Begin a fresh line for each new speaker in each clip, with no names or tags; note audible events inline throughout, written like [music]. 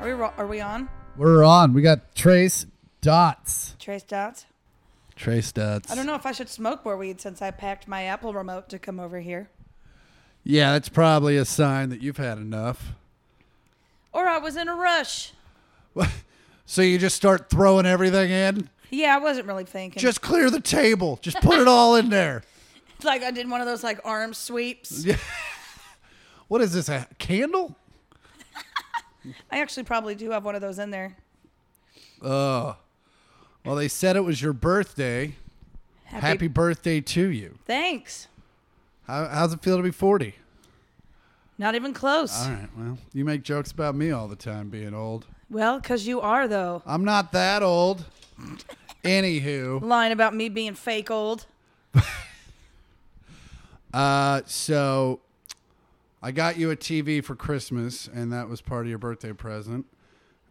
ro- are we on?
We're on. We got trace dots.
Trace dots.
Trace dots.
I don't know if I should smoke more weed since I packed my Apple remote to come over here.
Yeah, that's probably a sign that you've had enough. [laughs]
Or I was in a rush.
So you just start throwing everything in.
Yeah, I wasn't really thinking.
Just clear the table. Just put it all
[laughs]
in there.
like I did one of those like arm sweeps.
What is this? A candle?
I actually probably do have one of those in there.
Well, they said it was your birthday. Happy, birthday to you.
Thanks.
How, how's it feel to be forty?
Not even close.
All
Well, 'cause
right. Well, you make jokes about me all the time being old.
Well, because you are though.
I'm not
[laughs]
that old. Anywho,
Lying about me being fake old.
uh, so I got you a TV for Christmas, and that was part of your birthday present.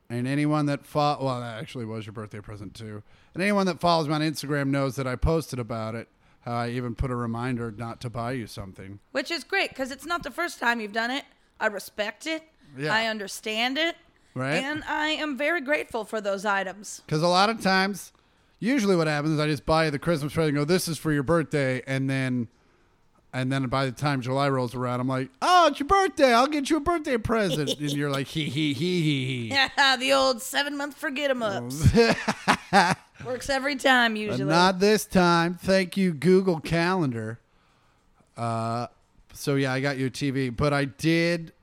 And anyone that fought, well, that actually was your birthday present too. And anyone that follows me on Instagram knows that I posted about it. How I even put a reminder not to buy you something.
Which is great because it's not the first time you've done it. I respect it.
Yeah.
I understand it.
Right.
And I am very grateful for those items.
Because a lot of times, usually what happens is I just buy you the Christmas present and go, this is for your birthday. And then, and then by the time July rolls around, I'm like, oh, it's your birthday. I'll get you a birthday present. and you're like, hee, hee, hee, hee, hee.
[laughs] the old seven month forget em ups.
[laughs]
Works every time,
But
usually.
not this time. Thank you, Google Calendar. Uh, so yeah, I got you a TV, but I did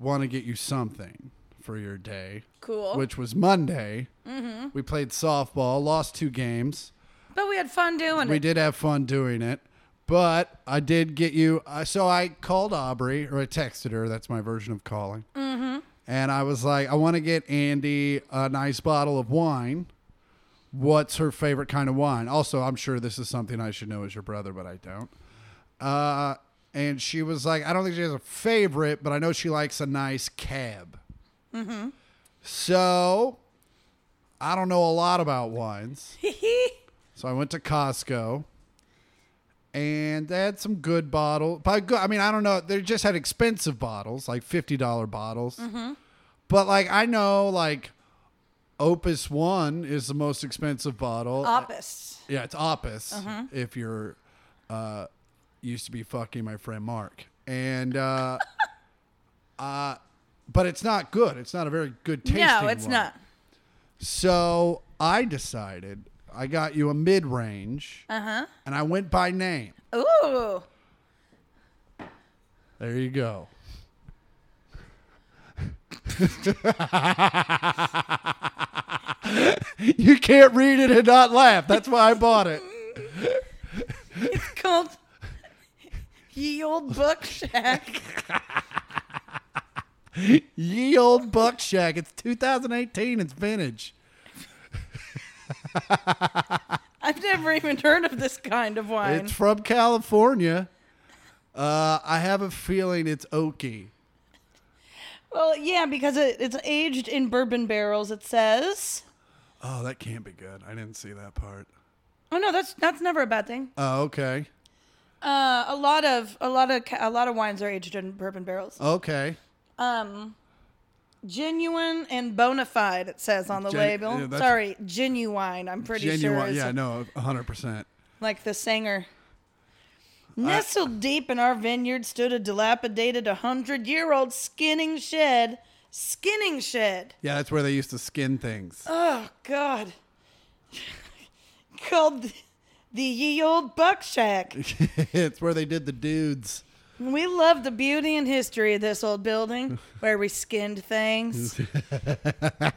want to get you something for your day.
Cool.
Which was Monday. Mm-hmm. We played softball, lost two games.
but we had fun doing
We
it.
did have fun doing it, but I did get you. Uh, so I called Aubrey, or I texted her. That's my version of calling. Mm-hmm. And I was like, I want to get Andy a nice bottle of wine. What's her favorite kind of wine? Also, I'm sure this is something I should know as your brother, but I don't. Uh, and she was like, I don't think she has a favorite, but I know she likes a nice cab. Mm-hmm. So I don't know a lot about wines.
[laughs]
So I went to Costco, and they had some good bottle. By good, I mean I don't know. They just had expensive bottles, like fifty dollar bottles.
Mm-hmm.
But like I know, like Opus One is the most expensive bottle.
Opus.
yeah, it's Opus.
Mm-hmm.
If you're uh, used to be fucking my friend Mark, and uh, [laughs] uh, but it's not good. It's not a very good tasting.
No, it's
wine.
not.
So I decided I got you a mid range. And I went by name.
Ooh. [laughs]
There you go. [laughs] you can't read it and not laugh. That's why I bought it.
Called Ye Old Buck Shack. [laughs]
Ye old buck shack. It's 2018. It's vintage.
I've never even heard of this kind of wine.
It's from California. Uh, I have a feeling it's oaky.
well, yeah, because it, it's aged in bourbon barrels, it says.
Oh, that can't be good. I didn't see that part.
Oh no, that's that's never a bad thing.
Oh, okay.
Uh, a lot of a lot of ca- a lot of wines are aged in bourbon barrels.
Okay.
Um, genuine and bona fide it says on the
Gen-
label.
yeah, that's-
Sorry, genuine. I'm pretty sure. Is
yeah, no, hundred percent.
Like the singer.
Uh,
Nestled deep in our vineyard stood a dilapidated, a hundred-year-old skinning shed. Skinning shed.
Yeah, that's where they used to skin things. [laughs]
Oh God. [laughs] Called the, the ye old buck shack.
it's where they did the dudes.
We love the beauty and history of this old
[laughs]
building where we skinned things.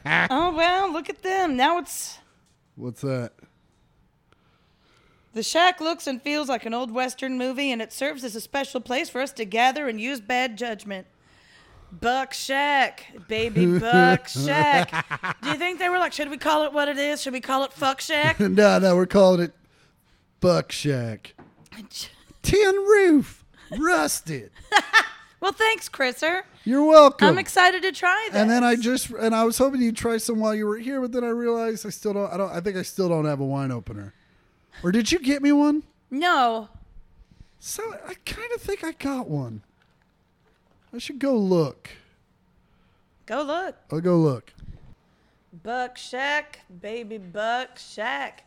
oh, well, look at them. Now it's.
What's that? [laughs]
The shack looks and feels like an old Western movie, and it serves as a special place for us to gather and use bad judgment. Buck Shack, baby Buck
[laughs]
Shack. Do you think they were like, should we call it what it is? Should we call it Fuck
[laughs]
Shack?
no, no, we're calling it Buck Shack. Tin roof, rusted.
well, thanks, Chriser.
You're welcome.
I'm excited to try this.
and then I just and I was hoping you'd try some while you were here, but then I realized I still don't. I don't. I think I still don't have a wine opener. Or did you get me one?
No,
So I kind of think I got one. I should go look.
Go look.
I'll go look.
Buck Shack, baby Buck Shack.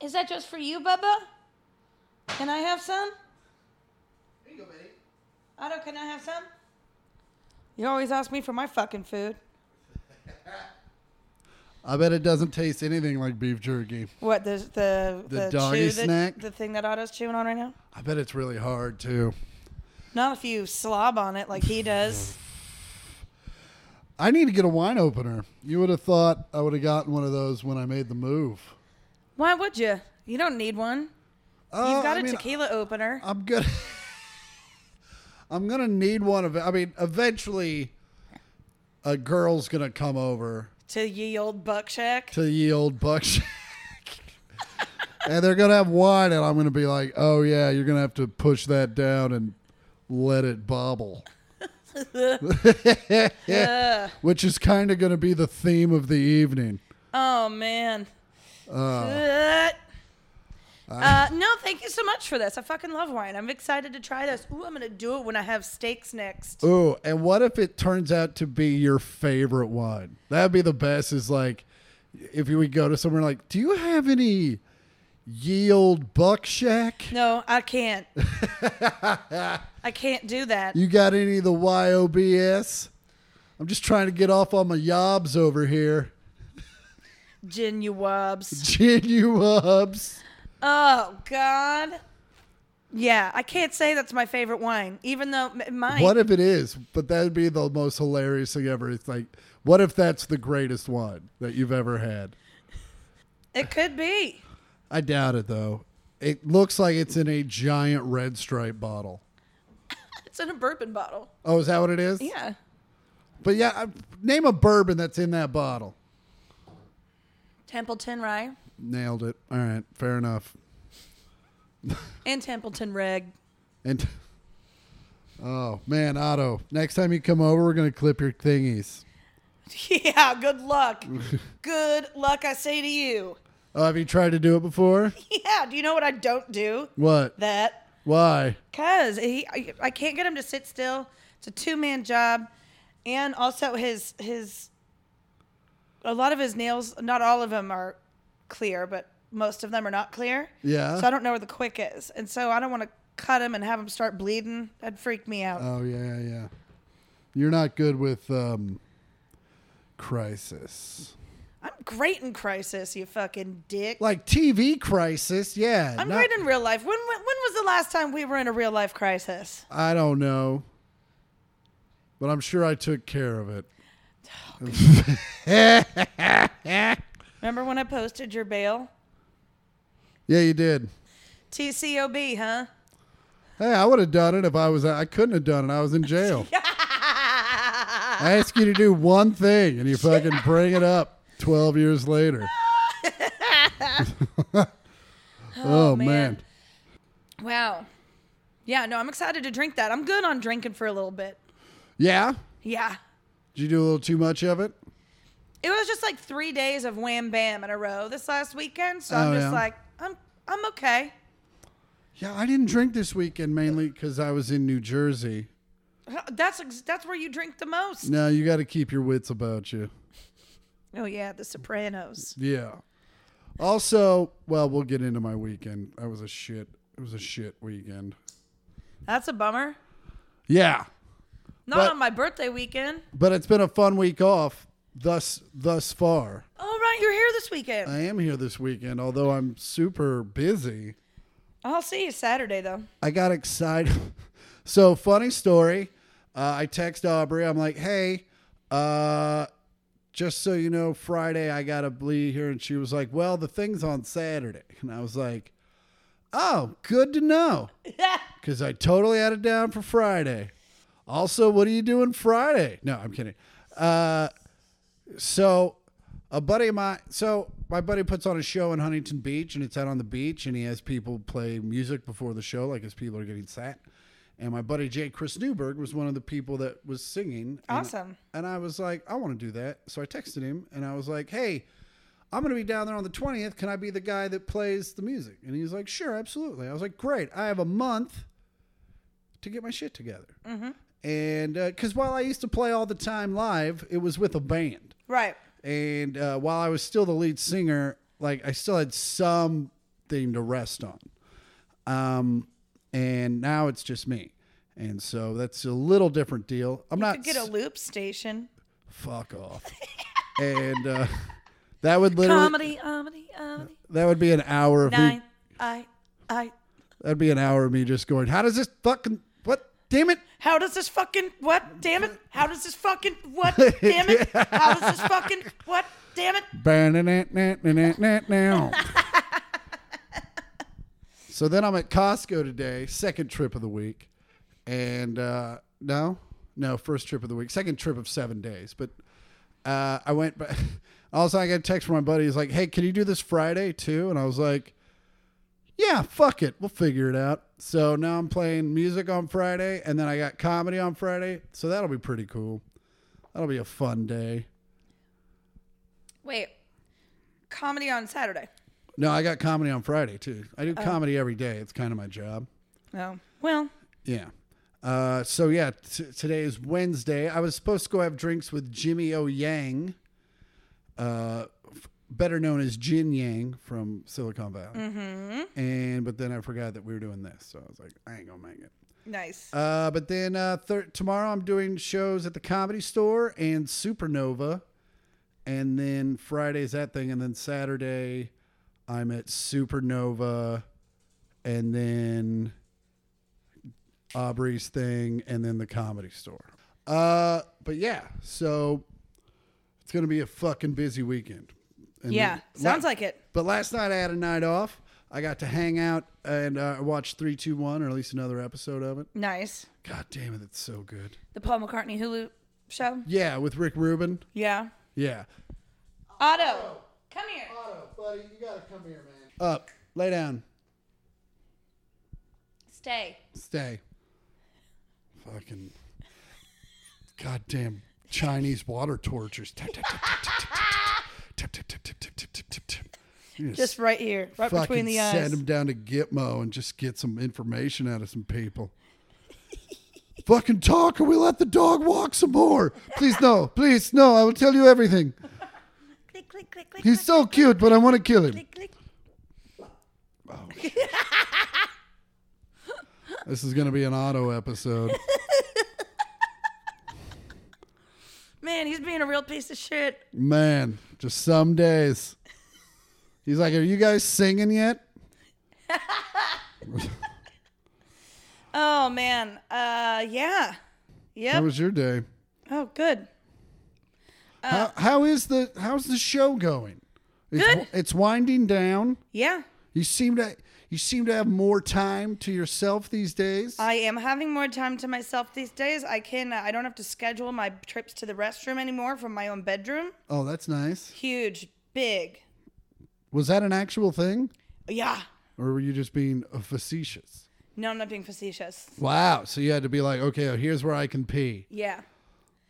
Is that just for you, Bubba? Can I have some? Here you go, baby. Otto, can I have some? You always ask me for my fucking food.
I bet it doesn't taste anything like beef jerky.
What the the
The doggy
that-
snack?
the thing that Otto's chewing on right now?
I bet it's really hard too.
Not if you slob on it like he does.
I need to get a wine opener. You would have thought I would have gotten one of those when I made the move.
[laughs] Why would you? You don't need one.
Oh,
You've got
I
a
mean,
tequila opener.
I'm gonna. [laughs] I'm gonna need one of. I mean, eventually, a girl's gonna come over
to ye old Buck Shack.
to the old buck shack, [laughs] and they're gonna have wine, and I'm gonna be like, "Oh yeah, you're gonna have to push that down and let it bobble," [laughs]
Ugh.
which is kind of gonna be the theme of the evening.
Oh man. Good. Uh, no, thank you so much for this. I fucking love wine. I'm excited to try this. Ooh, I'm gonna do it when I have steaks next.
Ooh, and what if it turns out to be your favorite wine? That'd be the best. Is like, if we go to somewhere like, do you have any yield buck shack?
No, I
[laughs]
can't. I can't do that.
You got any of the YOBS? I'm just trying to get off on my yobs over here. [laughs]
Gin you wubs.
Gin you ups.
Oh God. Yeah, I can't say that's my favorite wine, even though m- mine.
What if it is? But that'd be the most hilarious thing ever. It's like, what if that's the greatest wine that you've ever had?
it could be.
I doubt it though. It looks like it's in a giant red stripe bottle.
It's in a bourbon bottle.
Oh, is that what it is?
Yeah.
But yeah, I, name a bourbon that's in that bottle.
Templeton Rye
Nailed it. All right, fair enough.
and Templeton Reg. [laughs]
And [laughs] oh man, Otto, next time you come over, we're gonna clip your thingies.
Yeah, good luck.
[laughs]
good luck, I say to you.
Oh, have you tried to do it before?
[laughs] Yeah, do you know what I don't do?
What?
That.
Why?
Because he, I, I can't get him to sit still. It's a two man job. And also, his, his, a lot of his nails, not all of them are clear, but most of them are not clear.
Yeah.
So I don't know where the quick is. And so I don't want to cut him and have him start bleeding. That'd freak me out.
Oh yeah, yeah. You're not good with um, crisis.
I'm great in crisis, you fucking dick.
Like TV crisis, yeah.
I'm
not-
great in real life. When, when when was the last time we were in a real life crisis?
I don't know, but I'm sure I took care of it.
Remember when I posted your bail?
Yeah, you did.
TCOB, huh?
Hey, I would have done it if I was. I couldn't have done it. I was in jail. I ask you to do one thing, and you fucking bring it up twelve years later. [laughs] oh, man.
man. Wow. Yeah, no, I'm excited to drink that. I'm good on drinking for a little bit.
yeah.
Yeah.
Did you do a little too much of it?
It was just like three days of wham bam in a row this last weekend. So I'm
Oh,
just
yeah.
like, I'm I'm okay.
Yeah, I didn't drink this weekend mainly because I was in New Jersey.
That's ex- that's where you drink the most.
No, you got to keep your wits about you.
Oh yeah, the Sopranos.
Yeah. Also, well, we'll get into my weekend. I was a shit. It was a shit weekend.
That's a bummer.
Yeah,
Not
But-
on my birthday weekend.
but it's been a fun week off thus thus far.
Oh right, you're here this weekend.
I am here this weekend, although I'm super busy.
I'll see you Saturday though.
I got excited. [laughs] so funny story. Uh, I text Aubrey. I'm like, hey, uh, just so you know, Friday I gotta be here, and she was like, well, the thing's on Saturday, and I was like, oh, good to know, because I totally had it down for Friday. Also, what are you doing Friday? No, I'm kidding. Uh, so a buddy of mine so my buddy puts on a show in huntington beach and it's out on the beach and he has people play music before the show like as people are getting sat and my buddy jay chris newberg was one of the people that was singing
[laughs]
and-
Awesome.
and i was like i want to do that so i texted him and i was like hey i'm going to be down there on the 20th can i be the guy that plays the music and he was
Mm-hmm.
like sure absolutely i was like great i have a month to get my shit together and because while I used to play all the time live, it was with a band.
Right.
And uh, while I was still the lead singer, like I still had something to rest on. Um, and now it's just me. And so that's a little different deal. I'm
You
not
could get a
s-
loop station.
fuck off. [laughs] and uh, that would literally
Comedy, comedy, comedy.
that would be an hour of me
Nine, I, I.
that'd be an hour of me just going, How does this fucking what damn it?
How does this fucking what? Damn it! How does this fucking
[laughs]
what? Damn it! How does this fucking what? Damn it!
Ba-na-na-na-na-na-na. so then I'm at Costco today, second trip of the week. And uh, no, no, first trip of the week, second trip of seven days. But uh, I went, ba- [laughs] also, I got a text from my buddy. He's like, hey, can you do this Friday too? And I was like, yeah, fuck it. We'll figure it out. So now I'm playing music on Friday, and then I got comedy on Friday. So that'll be pretty cool. That'll be a fun day.
Wait, comedy on Saturday.
No, I got comedy on Friday too. I do comedy every day. It's kind of my job.
Oh well,
Yeah. Uh, so yeah, t- today is Wednesday. I was supposed to go have drinks with Jimmy O Yang, uh, f- better known as Jin Yang from Silicon Valley. And but then I forgot that we were doing this, so I was like, I ain't gonna make it.
nice.
Uh, but then uh, thir- tomorrow I'm doing shows at the Comedy Store and Supernova, and then Friday's that thing, and then Saturday I'm at Supernova, and then Aubrey's thing, and then the Comedy Store. Uh, but yeah, so it's gonna be a fucking busy weekend. And
yeah,
then-
sounds
La-
like it.
but last night I had a night off. I got to hang out and uh, watch 321, or at least another episode of it.
Nice.
God damn it, it's so good.
The Paul McCartney Hulu show.
Yeah, with Rick Rubin.
Yeah.
Yeah.
Otto, come here.
Otto, buddy, you gotta come here, man. Up, lay down,
Stay.
stay. Fucking goddamn Chinese water tortures. Tap, tap, tap, tap, tap, tap, tap, tap, tap, tap, tap, tap, tap, tap. You
Just right here, right
fucking
between the eyes.
send him down to Gitmo and just get some information out of some people. [laughs] fucking talk, and we let the dog walk some more. Please no, please no. I will tell you everything.
Click, click, click, click.
He's so cute, but I want to kill him.
click.
This is gonna be an auto episode. [laughs]
Man, he's being a real piece of shit.
Man, just some days. He's like, "Are you guys singing yet?"
Oh man. Uh, yeah.
How
Yep.
was your day?
oh, good.
how, how is the how's the show going? It's,
Uh, Good.
It's winding down.
Yeah.
You seem to you seem to have more time to yourself these days.
I am having more time to myself these days. I can. uh, I don't have to schedule my trips to the restroom anymore from my own bedroom.
oh, that's nice.
Huge, big.
Was that an actual thing,
Yeah.
or were you just being uh, facetious?
No, I'm not being facetious.
Wow. So you had to be like, okay, here's where I can pee.
Yeah.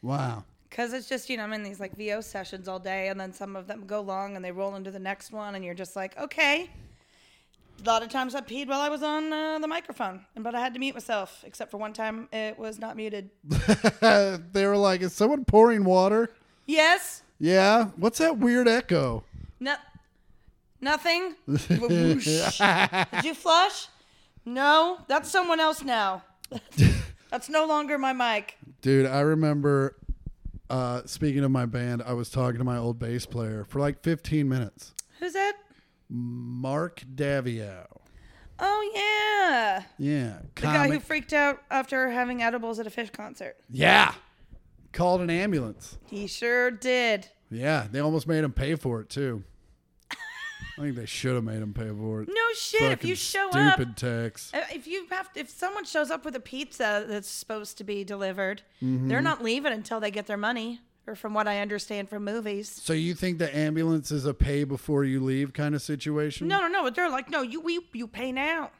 Wow. [laughs]
Cause it's just you know I'm in these like VO sessions all day, and then some of them go long, and they roll into the next one, and you're just like, okay. A lot of times I peed while I was on uh, the microphone, and but I had to mute myself, except for one time it was not muted.
they were like, is someone pouring water?
Yes.
Yeah. What's that weird echo?
No.
[laughs]
Nothing. Whoosh. Did you flush? No. That's someone else
[laughs]
now. That's no longer my mic.
Dude, I remember uh, speaking of my band, I was talking to my old bass player for like 15 minutes.
Who's that?
Mark Davio.
Oh yeah,
Yeah.
the guy who
comic-
freaked out after having edibles at a fish concert.
yeah. Called an ambulance.
He sure did.
Yeah. They almost made him pay for it, too. I think they should have made him pay for it.
No shit. if
Fucking
you show up,
Stupid tax.
uh, if you have, if someone shows up with a pizza that's supposed to be delivered,
Mm-hmm.
they're not leaving until they get their money. Or from what I understand from movies.
So you think the ambulance is a pay before you leave kind of situation?
No, no, no. They're like, no, you we you pay now.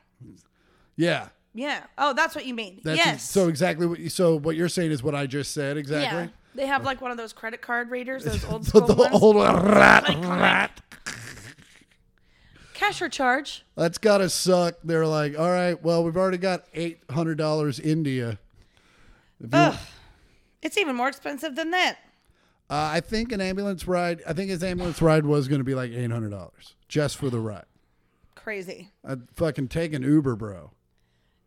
Yeah.
Yeah. Oh, that's what you mean.
That's
yes.
so exactly what you, so what you're saying is what I just said exactly.
yeah. They have like one of those credit card readers,
[laughs]
those old
The,
school
the
ones.
old rat, rat.
Cash or charge?
That's gotta suck. They're like, all right, well, we've already got eight hundred dollars India. If you-
Ugh. It's even more expensive than that.
Uh, I think an ambulance ride. I think his ambulance ride was going to be like eight hundred dollars just for the ride.
Crazy.
I'd fucking take an Uber, bro.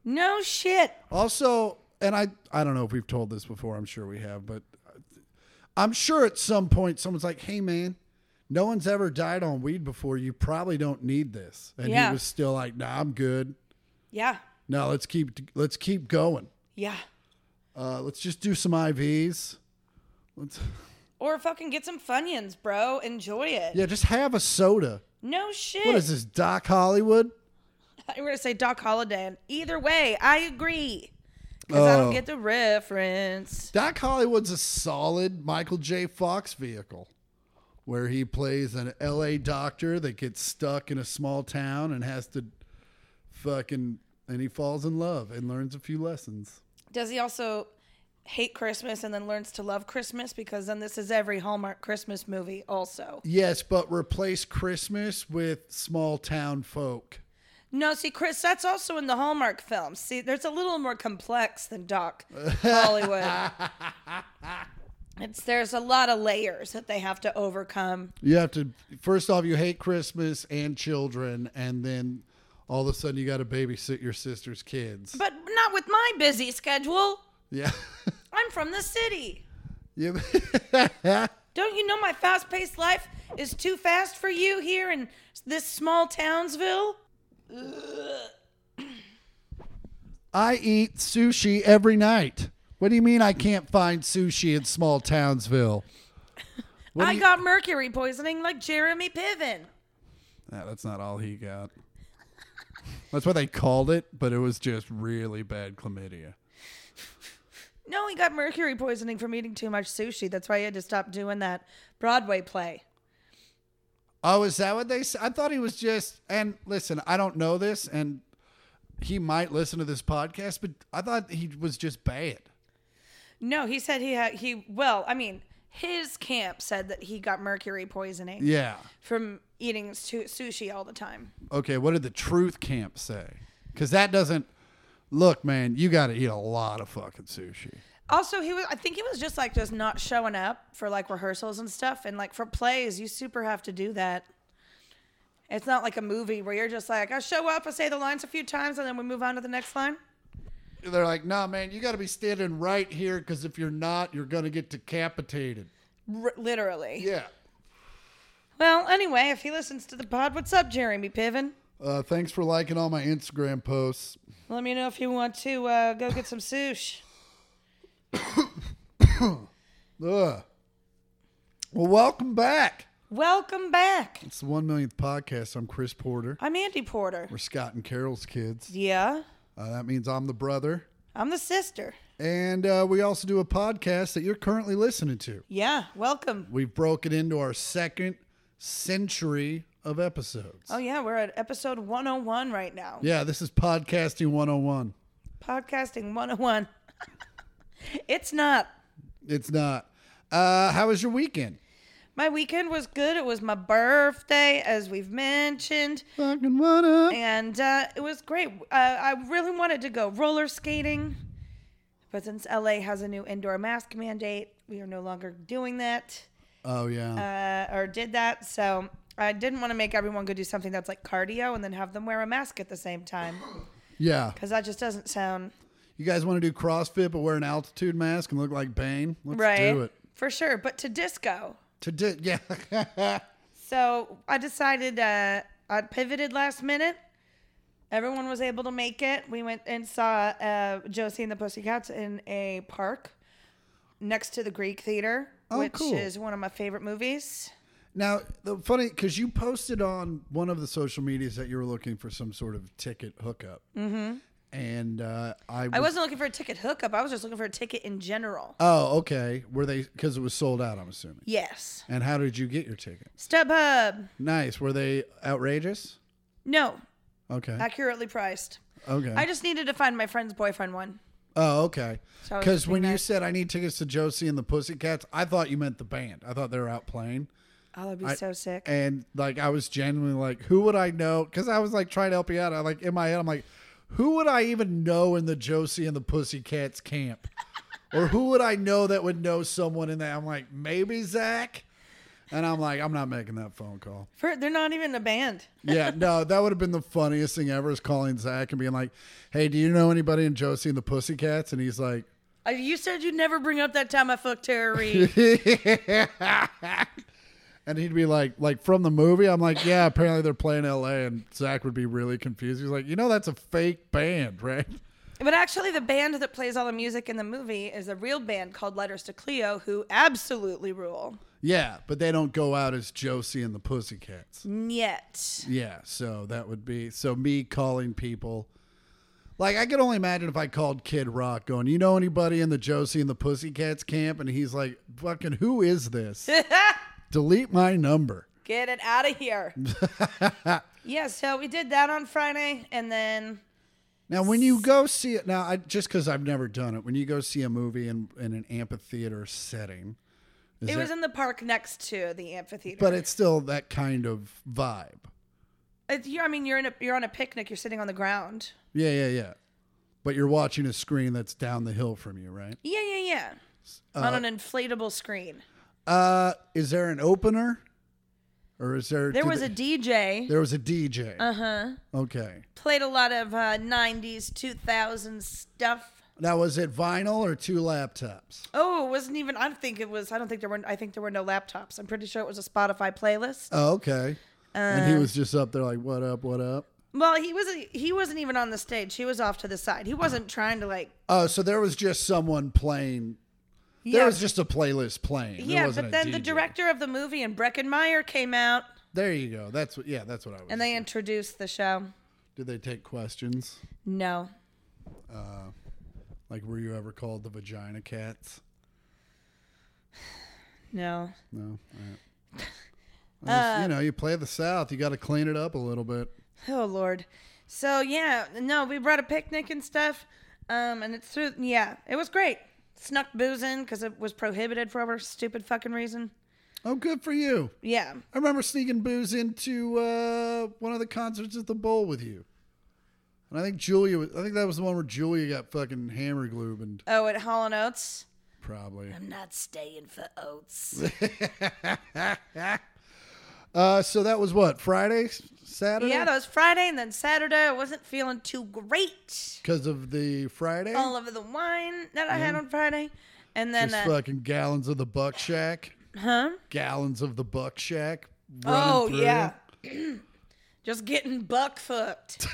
No shit.
Also, and I I don't know if we've told this before. I'm sure we have, but I'm sure at some point someone's like, "Hey, man, no one's ever died on weed before. You probably don't need this." And
Yeah.
he was still like, "Nah, I'm good.
Yeah.
No, let's keep let's keep going.
Yeah.
Uh, let's just do some IVs. Let's
Or fucking get some Funyuns, bro. Enjoy it.
yeah, just have a soda.
No shit.
What is this, Doc Hollywood?"
You were gonna say Doc Holliday. And either way, I agree. Because I
Oh.
don't get the reference.
Doc Hollywood's a solid Michael J. Fox vehicle where he plays an LA doctor that gets stuck in a small town and has to fucking and he falls in love and learns a few lessons.
Does he also hate Christmas and then learns to love Christmas? Because then this is every Hallmark Christmas movie, also.
Yes, but replace Christmas with small town folk.
No, see, Chris, that's also in the Hallmark films. See, there's a little more complex than
[laughs]
Doc Hollywood. it's there's a lot of layers that they have to overcome.
You have to first off you hate Christmas and children and then all of a sudden you got to babysit your sister's kids.
But not with my busy schedule.
yeah. [laughs]
I'm from the city.
yeah.
Don't you know my fast paced life is too fast for you here in this small Townsville?
[laughs] I eat sushi every night. What do you mean I can't find sushi in small Townsville? What do
I
you-
got mercury poisoning like Jeremy Piven.
Nah, that's not all he got. That's what they called it, but it was just really bad chlamydia.
No, he got mercury poisoning from eating too much sushi. That's why he had to stop doing that Broadway play.
Oh, is that what they said? I thought he was just. And listen, I don't know this, and he might listen to this podcast, but I thought he was just bad.
No, he said he had he well, I mean, his camp said that he got mercury poisoning
Yeah.
from eating su- sushi all the time.
Okay. What did the truth camp say? Because that doesn't. Look, man, you got to eat a lot of fucking sushi.
Also, he was I think he was just like just not showing up for like rehearsals and stuff and like for plays, you super have to do that. It's not like a movie where you're just like, I show up, I say the lines a few times and then we move on to the next line.
they're like, nah, man, you got to be standing right here because if you're not, you're going to get decapitated.
R- literally.
Yeah.
Well, anyway, if he listens to the pod, what's up, Jeremy Piven?
Uh, thanks for liking all my Instagram posts.
Let me know if you want to uh, go get some sushi.
Ugh. Well, welcome back.
Welcome back.
It's the one millionth podcast. I'm Chris Porter.
I'm Andy Porter.
We're Scott and Carol's kids.
Yeah.
Uh, that means I'm the brother.
I'm the sister.
And uh, we also do a podcast that you're currently listening to.
Yeah. Welcome.
We've broken into our second century of episodes.
Oh, yeah. We're at episode 101 right now.
Yeah, this is Podcasting 101.
Podcasting 101. [laughs] it's not.
It's not. Uh, how was your weekend?
My weekend was good. It was my birthday, as we've mentioned,
Fucking what up?
and uh, it was great. Uh, I really wanted to go roller skating, but since LA has a new indoor mask mandate, we are no longer doing that.
Oh yeah.
uh, or did that. So I didn't want to make everyone go do something that's like cardio and then have them wear a mask at the same time
yeah.
because that just doesn't sound
You guys want to do CrossFit but wear an altitude mask and look like Bane? Let's
right
do it.
for sure. But to disco,
To di- yeah. [laughs]
so I decided uh, I pivoted last minute. Everyone was able to make it. We went and saw uh, Josie and the Pussycats in a park next to the Greek Theater,
Oh,
which
cool.
is one of my favorite movies.
now, the funny cuz you posted on one of the social medias that you were looking for some sort of ticket hookup. Mhm. And uh, I was
Mm-hmm. I wasn't looking for a ticket hookup. I was just looking for a ticket in general.
Oh, okay. Were they cuz it was sold out, I'm assuming.
Yes.
And how did you get your ticket?
StubHub.
Nice. Were they outrageous?
No,
Okay.
accurately priced.
okay.
I just needed to find my friend's boyfriend one.
Oh, okay.
So I was
Because
just
when
thinking
you
that-
said I need tickets to Josie and the Pussycats, I thought you meant the band. I thought they were out playing.
Oh, that'd be
I-
so sick.
And like, I was genuinely like, who would I know? Because I was like trying to help you out. I like in my head, I'm like, who would I even know in the Josie and the Pussycats camp? or who would I know that would know someone in that? I'm like, maybe Zach. And I'm like, I'm not making that phone call.
For, they're not even a band. [laughs]
Yeah, no, that would have been the funniest thing ever is calling Zach and being like, hey, do you know anybody in Josie and the Pussycats? And he's like,
Uh, You said you'd never bring up that time I fucked Tara
[laughs]
Reid.
and he'd be like, like from the movie. I'm like, yeah, apparently they're playing LA. And Zach would be really confused. He's like, you know, that's a fake band, right? [laughs]
but actually, the band that plays all the music in the movie is a real band called Letters to Cleo, who absolutely rule.
Yeah, but they don't go out as Josie and the Pussycats.
Yet.
Yeah, so that would be so me calling people. Like I could only imagine if I called Kid Rock going, "You know anybody in the Josie and the Pussycats camp?" and he's like, "Fucking who is this? Delete my number."
[laughs] Get it out of
[laughs]
here. yeah, so we did that on Friday, and then
Now, when you go see it, now I, just because I've never done it, when you go see a movie in, in an amphitheater setting, is
it was
that-
in the park next to the amphitheater.
but it's still that kind of vibe.
It's- you're, I mean, you're in a, you're on a picnic. You're sitting on the ground.
Yeah, yeah, yeah. But you're watching a screen that's down the hill from you, right?
Yeah, yeah, yeah. on an inflatable screen.
Uh, is there an opener, or is there?
There
did
was
they-
a DJ.
There was a DJ.
Uh huh.
Okay.
Played a lot of uh, '90s, 2000s stuff.
Now was it vinyl or two laptops?
Oh, it wasn't even. I think it was. I don't think there were. I think there were no laptops. I'm pretty sure it was a Spotify playlist.
Oh, okay. and he
Uh.
was just up there like, "What up? What up?"
Well, he wasn't. He wasn't even on the stage. He was off to the side. He wasn't trying to like.
Oh, so there was just someone playing. There
Yeah.
was just a playlist playing. There
yeah,
wasn't
but
a
then the
DJ.
director of the movie and Breckenmeyer came out
There you go. That's what. Yeah, that's what I was.
and they introduced the show.
did they take questions?
No.
Like, were you ever called the vagina cats?
No.
No. All right.
[laughs]
I
Uh,
just- you know, you play the South. You got to clean it up a little bit.
Oh Lord. So yeah, no, we brought a picnic and stuff, um, and it's through. Yeah, it was great. Snuck booze in because it was prohibited for whatever stupid fucking reason.
Oh, good for you.
Yeah.
I remember sneaking booze into uh, one of the concerts at the Bowl with you. And I think Julia, was, I think that was the one where Julia got fucking hammer glued and
Oh, at Hall and Oates.
probably.
I'm not staying for oats.
[laughs] Uh, so that was what, Friday, S- Saturday?
yeah, that was Friday, and then Saturday I wasn't feeling too great.
Because of the Friday?
All over the wine that I had on Friday, and then
Mm-hmm. Just
uh,
fucking gallons of the Buck Shack.
huh?
Gallons of the Buck Shack. running
Oh
through.
yeah. [clears throat] Just getting buck
[laughs]
fucked.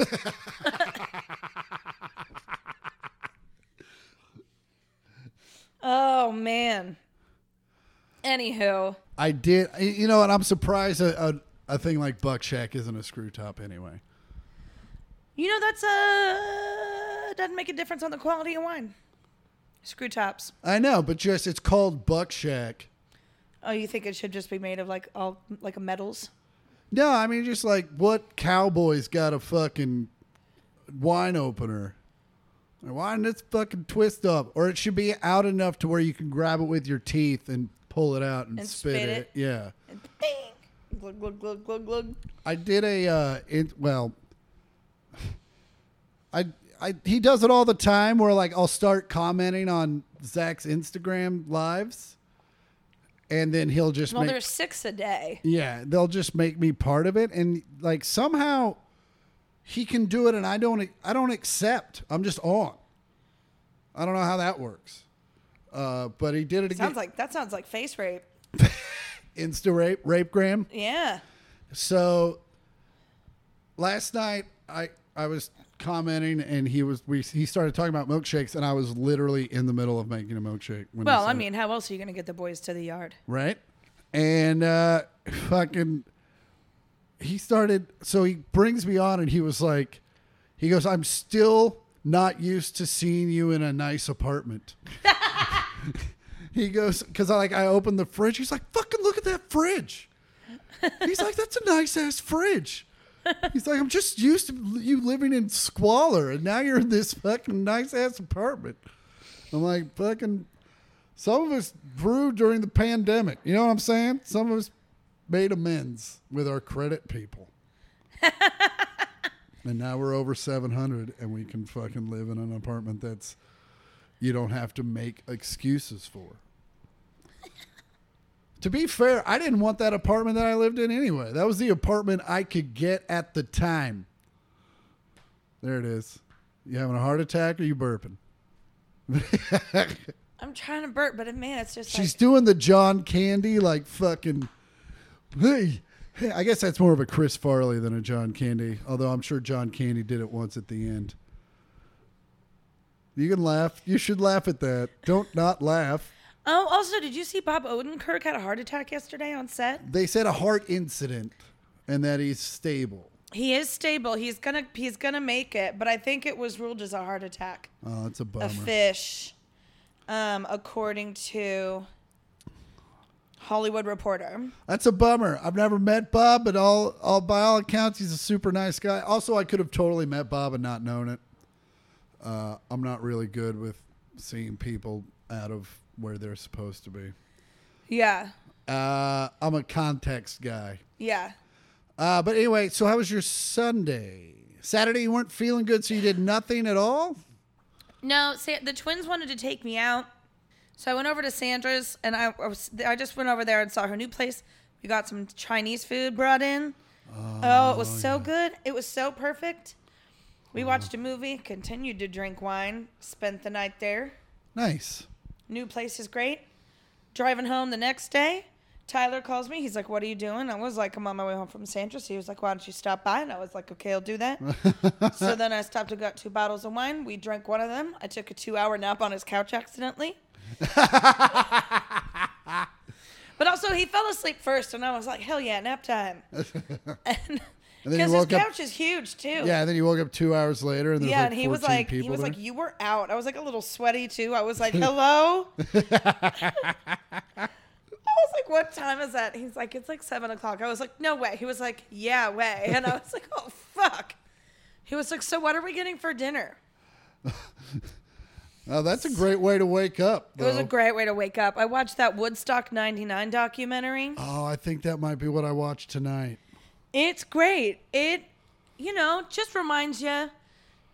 oh man. Anywho,
I did. y- You know what? I'm surprised a, a, a thing like Buck Shack isn't a screw top anyway.
you know that's uh doesn't make a difference on the quality of wine. Screw tops.
I know, but just it's called Buck Shack.
Oh, you think it should just be made of like all like metals?
No, I mean just like what cowboy's got a fucking wine opener? Why didn't this fucking twist up? Or it should be out enough to where you can grab it with your teeth and pull it out and,
And
spit,
spit
it.
it.
Yeah,
And bing. Glug glug glug glug glug.
I did a uh, it, well. I I he does it all the time. Where like I'll start commenting on Zach's Instagram lives, and then he'll just
Well,
make
there's six a day.
Yeah, they'll just make me part of it, and like somehow he can do it, and I don't. I don't accept. I'm just on. I don't know how that works, uh, but he did it again.
Sounds like that sounds like face rape.
Insta rape, rape gram.
Yeah.
So last night I I was commenting, and he was we he started talking about milkshakes, and I was literally in the middle of making a milkshake. When he
Well, I
said it.
mean, how else are you going to get the boys to the yard?
right? And uh, fucking, he started. So he brings me on, and he was like, he goes, "I'm still not used to seeing you in a nice apartment." [laughs] he goes, "Cause I like I opened the fridge. He's like, fucking look at that fridge." He's like, "That's a nice ass fridge." He's like, "I'm just used to you living in squalor, and now you're in this fucking nice ass apartment." I'm like, fucking some of us grew during the pandemic. You know what I'm saying? Some of us made amends with our credit people. and now we're over 700 and we can fucking live in an apartment that's you don't have to make excuses for. to be fair, I didn't want that apartment that I lived in anyway. That was the apartment I could get at the time. There it is. You having a heart attack or you burping? [laughs]
I'm trying to burp, but uh, man, it's just
She's
like,
doing the John Candy like fucking. Hey, hey, I guess that's more of a Chris Farley than a John Candy. Although I'm sure John Candy did it once at the end. You can laugh. You should laugh at that. Don't not laugh.
oh, also, did you see Bob Odenkirk had a heart attack yesterday on set?
They said a heart incident, and that he's stable.
He is stable. He's gonna he's gonna make it, but I think it was ruled as a heart attack.
Oh, that's a
A
bummer.
fish, um, according to Hollywood Reporter.
That's a bummer. I've never met Bob, but all, all by all accounts, he's a super nice guy. Also, I could have totally met Bob and not known it. Uh, I'm not really good with seeing people out of where they're supposed to be.
Yeah,
Uh, I'm a context guy.
yeah.
Uh, but anyway, so how was your Sunday? Saturday, you weren't feeling good, so you did nothing at all?
No, Sa- the twins wanted to take me out, so I went over to Sandra's, and I I, was, I just went over there and saw her new place. We got some Chinese food brought in. Oh, it was so good. It was so perfect. We watched a movie, continued to drink wine, spent the night there.
Nice.
New place is great. Driving home the next day, Tyler calls me. He's like, "What are you doing?" I was like, "I'm on my way home from Sandra's." He was like, "Why don't you stop by?" And I was like, "Okay, I'll do that."
[laughs]
so then I stopped and got two bottles of wine. We drank one of them. I took a two-hour nap on his couch
[laughs]
accidentally. but also, he fell asleep first, and I was like, "Hell yeah, nap
[laughs]
time!" And [laughs]
then you
because his
woke up-
couch is huge too.
Yeah, and then you woke up two hours later, and there's
Yeah,
like
and he was
14
like, he
people
was
there.
like, you were out. I was like a little sweaty too. I
[laughs]
was like, hello. I was like, what time is that? He's like, it's like seven o'clock. I was like, no way. He was like, yeah, way. [laughs] And I was like, oh fuck. He was like, so what are we getting for dinner?
oh, that's a great way to wake up.
It was a
though.
great way to wake up. I watched that Woodstock '99 documentary.
Oh, I think that might be what I watched tonight.
It's great. It, you know, just reminds you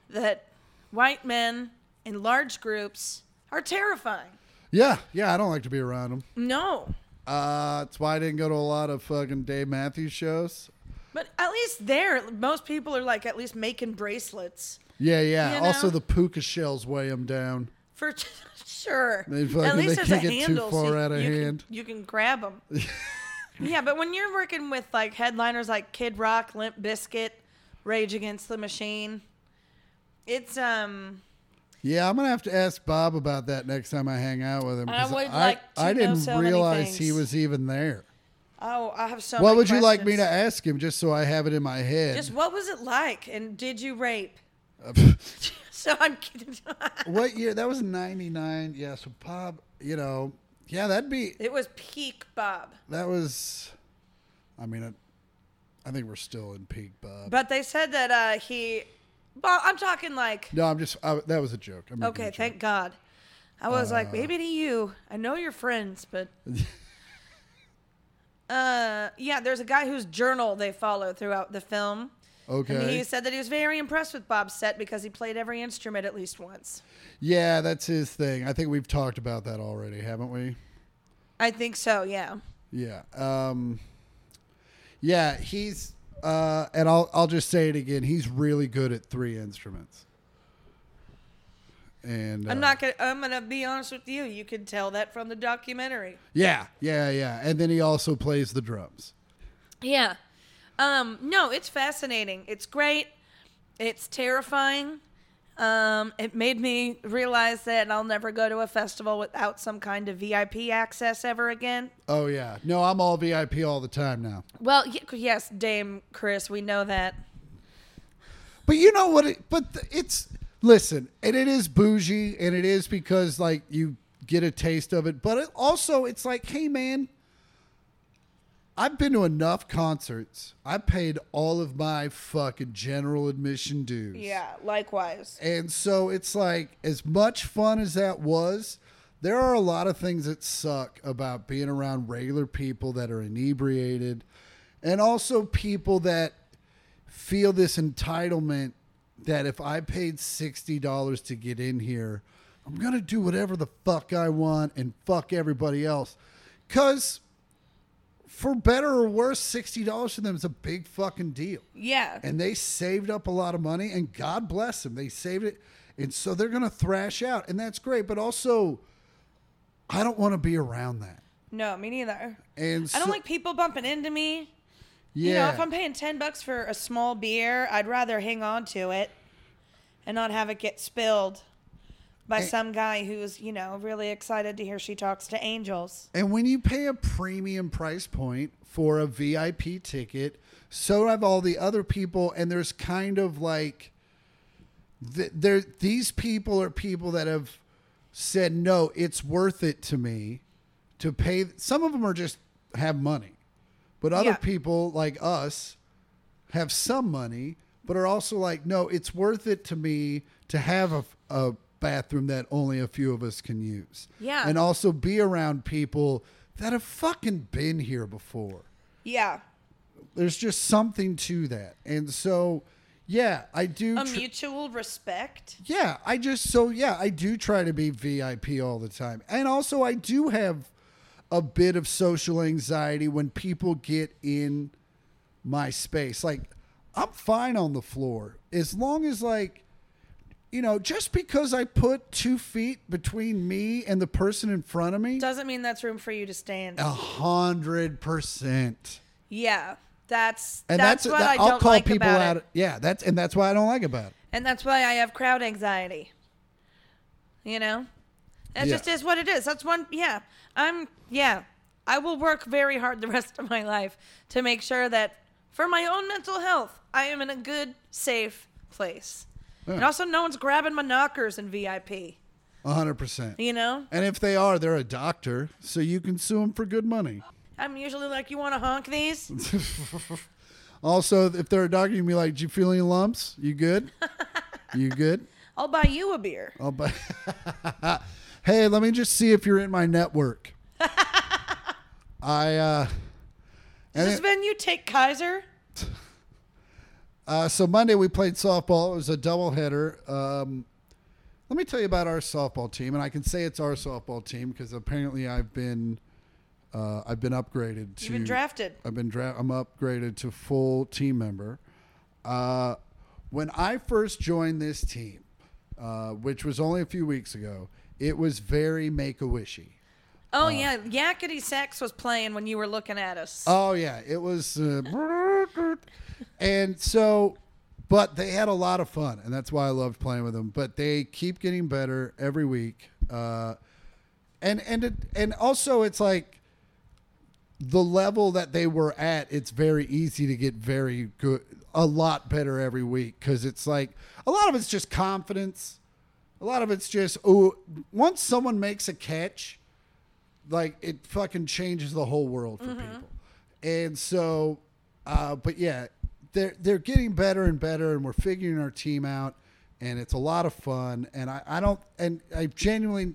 that white men in large groups are terrifying.
Yeah, yeah, I don't like to be around them.
No,
Uh, that's why I didn't go to a lot of fucking Dave Matthews shows.
But at least there, most people are like at least making bracelets
Yeah, yeah.
You know?
Also, the puka shells weigh them down.
for [laughs] sure.
They fucking-
at least
they
there's
can't
a
get too
handle so
far
you-
out of
you can-
hand.
you can grab
[laughs]
them. yeah, but when you're working with like headliners like Kid Rock, Limp Bizkit, Rage Against the Machine, it's um.
Yeah, I'm gonna have to ask Bob about that next time I hang out with him.
I
'cause
would like to
I
know
didn't
so many
realize
things.
he was even there.
Oh, I have so.
what
many
would you like me to
questions.
ask him, just so I have it in my head?
Just what was it like, and did you rape? [laughs] so I'm kidding.
[laughs]
[laughs]
what year? That was '99. Yeah, so Bob, you know, yeah, that'd be
it was peak Bob,
that was. I mean, I, I think we're still in peak Bob.
but they said that uh, he. Well, I'm talking like
No, I'm just I, that was a joke. I'm making a
Okay,
joke.
thank God. I was like, maybe to you. I know you're friends, but. uh, yeah, there's a guy whose journal they follow throughout the film. And
Okay.
he said that he was very impressed with Bob's set because he played every instrument at least once.
yeah, that's his thing. I think we've talked about that already, haven't we?
I think so, yeah.
Yeah. Um, yeah, he's uh, and I'll I'll just say it again. He's really good at three instruments. And
I'm
uh,
not gonna. I'm gonna be honest with you. You can tell that from the documentary.
Yeah, yeah, yeah. And then he also plays the drums.
Yeah. Um, no, it's fascinating. It's great. It's terrifying. Um, it made me realize that I'll never go to a festival without some kind of VIP access ever again.
Oh yeah. No, I'm all VIP all the time now.
Well, y- yes, Dame Chris, we know that.
But you know what? It, but th- it's listen, and it is bougie, and it is because like you get a taste of it. But it also, it's like, hey man, I've been to enough concerts. I paid all of my fucking general admission dues.
Yeah, likewise.
And so it's like, as much fun as that was, there are a lot of things that suck about being around regular people that are inebriated and also people that feel this entitlement that if I paid $60 to get in here, I'm going to do whatever the fuck I want and fuck everybody else. Because for better or worse, $60 to them is a big fucking deal.
Yeah.
And they saved up a lot of money, and God bless them. They saved it. And so they're going to thrash out. And that's great. But also, I don't want to be around that.
no, me neither.
And
I don't
so-
like people bumping into me.
yeah.
You know, if I'm paying 10 bucks for a small beer, I'd rather hang on to it and not have it get spilled by some guy who's, you know, really excited to hear she talks to angels.
And when you pay a premium price point for a VIP ticket, so have all the other people. And there's kind of like, th- there these people are people that have said no, it's worth it to me to pay. Some of them are just have money, but other
Yeah.
people like us have some money, but are also like, no, it's worth it to me to have a, a bathroom that only a few of us can use.
Yeah.
And also be around people that have fucking been here before.
Yeah.
There's just something to that. And so, yeah, I do.
A
tr-
mutual respect.
yeah, I just so yeah, I do try to be VIP all the time. And also I do have a bit of social anxiety when people get in my space. Like I'm fine on the floor as long as like you know, just because I put 2 feet between me and the person in front of me,
Doesn't mean that's room for you to stand.
a 100%
Yeah. That's
and
that's,
that's,
what
that-
I
I'll
don't
call
like
people
about
out.
it.
Yeah, that's and that's why I don't like about it.
And that's why I have crowd anxiety. You know? It
Yeah.
just is what it is. That's one yeah. I'm yeah. I will work very hard the [laughs] rest of my life to make sure that for my own mental health, I am in a good, safe place. And also no one's grabbing my knockers in VIP.
A 100%.
You know?
And if they are, they're a doctor, so you can sue them for good money.
I'm usually like, You wanna honk these?
Also, if they're a doctor, you can be like, "Do you feel any lumps?
[laughs]
You good? You good?"
I'll buy you a beer.
I'll buy. [laughs] hey, let me just see if you're in
[laughs]
my network. I uh,
Does
and
this
it-
venue take Kaiser?
uh, so Monday we played softball. It was a doubleheader. Um, let me tell you about our softball team, and I can say it's our softball team because apparently I've been uh, I've been upgraded to
You've been drafted.
I've been dra- I'm upgraded to full team member. Uh, when I first joined this team, uh, which was only a few weeks ago, it was very make a wishy.
Oh yeah, Yakety Sax was playing when you were looking at us.
Oh yeah, it was, uh, and so, but they had a lot of fun, and that's why I loved playing with them. But they keep getting better every week, uh, and and it, and also it's like the level that they were at. It's very easy to get very good, a lot better every week because it's like a lot of it's just confidence. A lot of it's just oh, once someone makes a catch like it fucking changes the whole world for people. And so, uh, but yeah, they're they're getting better and better, and we're figuring our team out, and it's a lot of fun. And I, I don't, and I've genuinely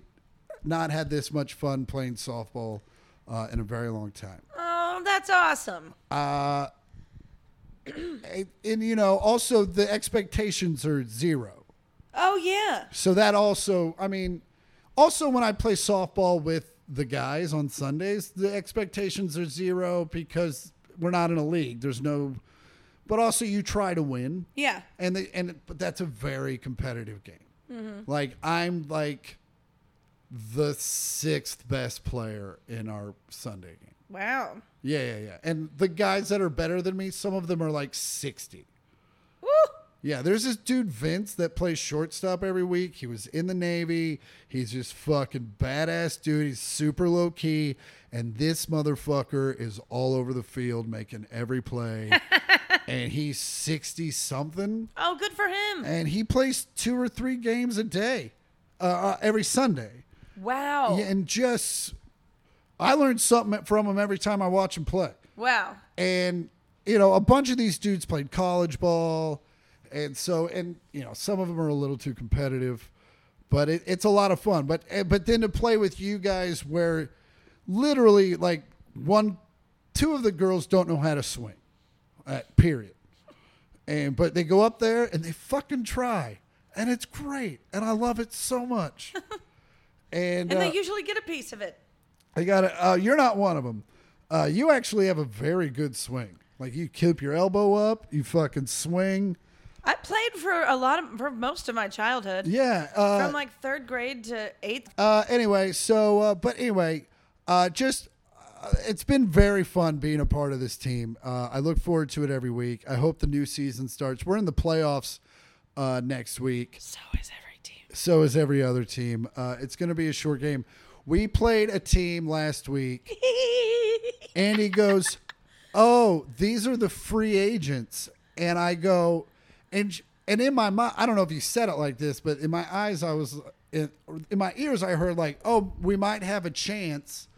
not had this much fun playing softball uh, in a very long time.
Oh, that's awesome.
And, and you know, also the expectations are zero.
Oh yeah.
So that also, I mean, also when I play softball with the guys on Sundays, the expectations are zero because we're not in a league. There's no, but also you try to win,
Yeah.
and the and but that's a very competitive game. Like I'm like the sixth best player in our Sunday game.
Wow.
Yeah, yeah, yeah. And the guys that are better than me, some of them are like sixty.
Woo.
Yeah, there's this dude Vince that plays shortstop every week. He was in the Navy. He's just fucking badass dude. He's super low key, and this motherfucker is all over the field making every play. and he's sixty something,
Oh, good for him.
and he plays two or three games a day, uh, uh, every Sunday.
Wow.
Yeah, and just I learned something from him every time I watch him play
Wow.
and you know a bunch of these dudes played college ball and so and you know some of them are a little too competitive but it, it's a lot of fun but eh, but then to play with you guys where literally like one two of the girls don't know how to swing uh, period and but they go up there and they fucking try and it's great, and I love it
[laughs]
so much.
And
and uh,
they usually get a piece of it.
I got it. Uh, you're not one of them. Uh, you actually have a very good swing. Like you keep your elbow up, you fucking swing.
I played for a lot of for most of my childhood,
Yeah. Uh,
from like third grade to eighth.
uh, anyway, so uh, but anyway, uh, just uh, it's been very fun being a part of this team. Uh, I look forward to it every week. I hope the new season starts. We're in the playoffs uh, next week.
So is every team. [laughs]
So is every other team. Uh, it's going to be a short game. We played a team last week. and he goes, "Oh, these are the free agents." And I go, and and in my mind, I don't know if you said it like this, but in my eyes, I was in, in my ears, I heard like, "Oh, we might have a chance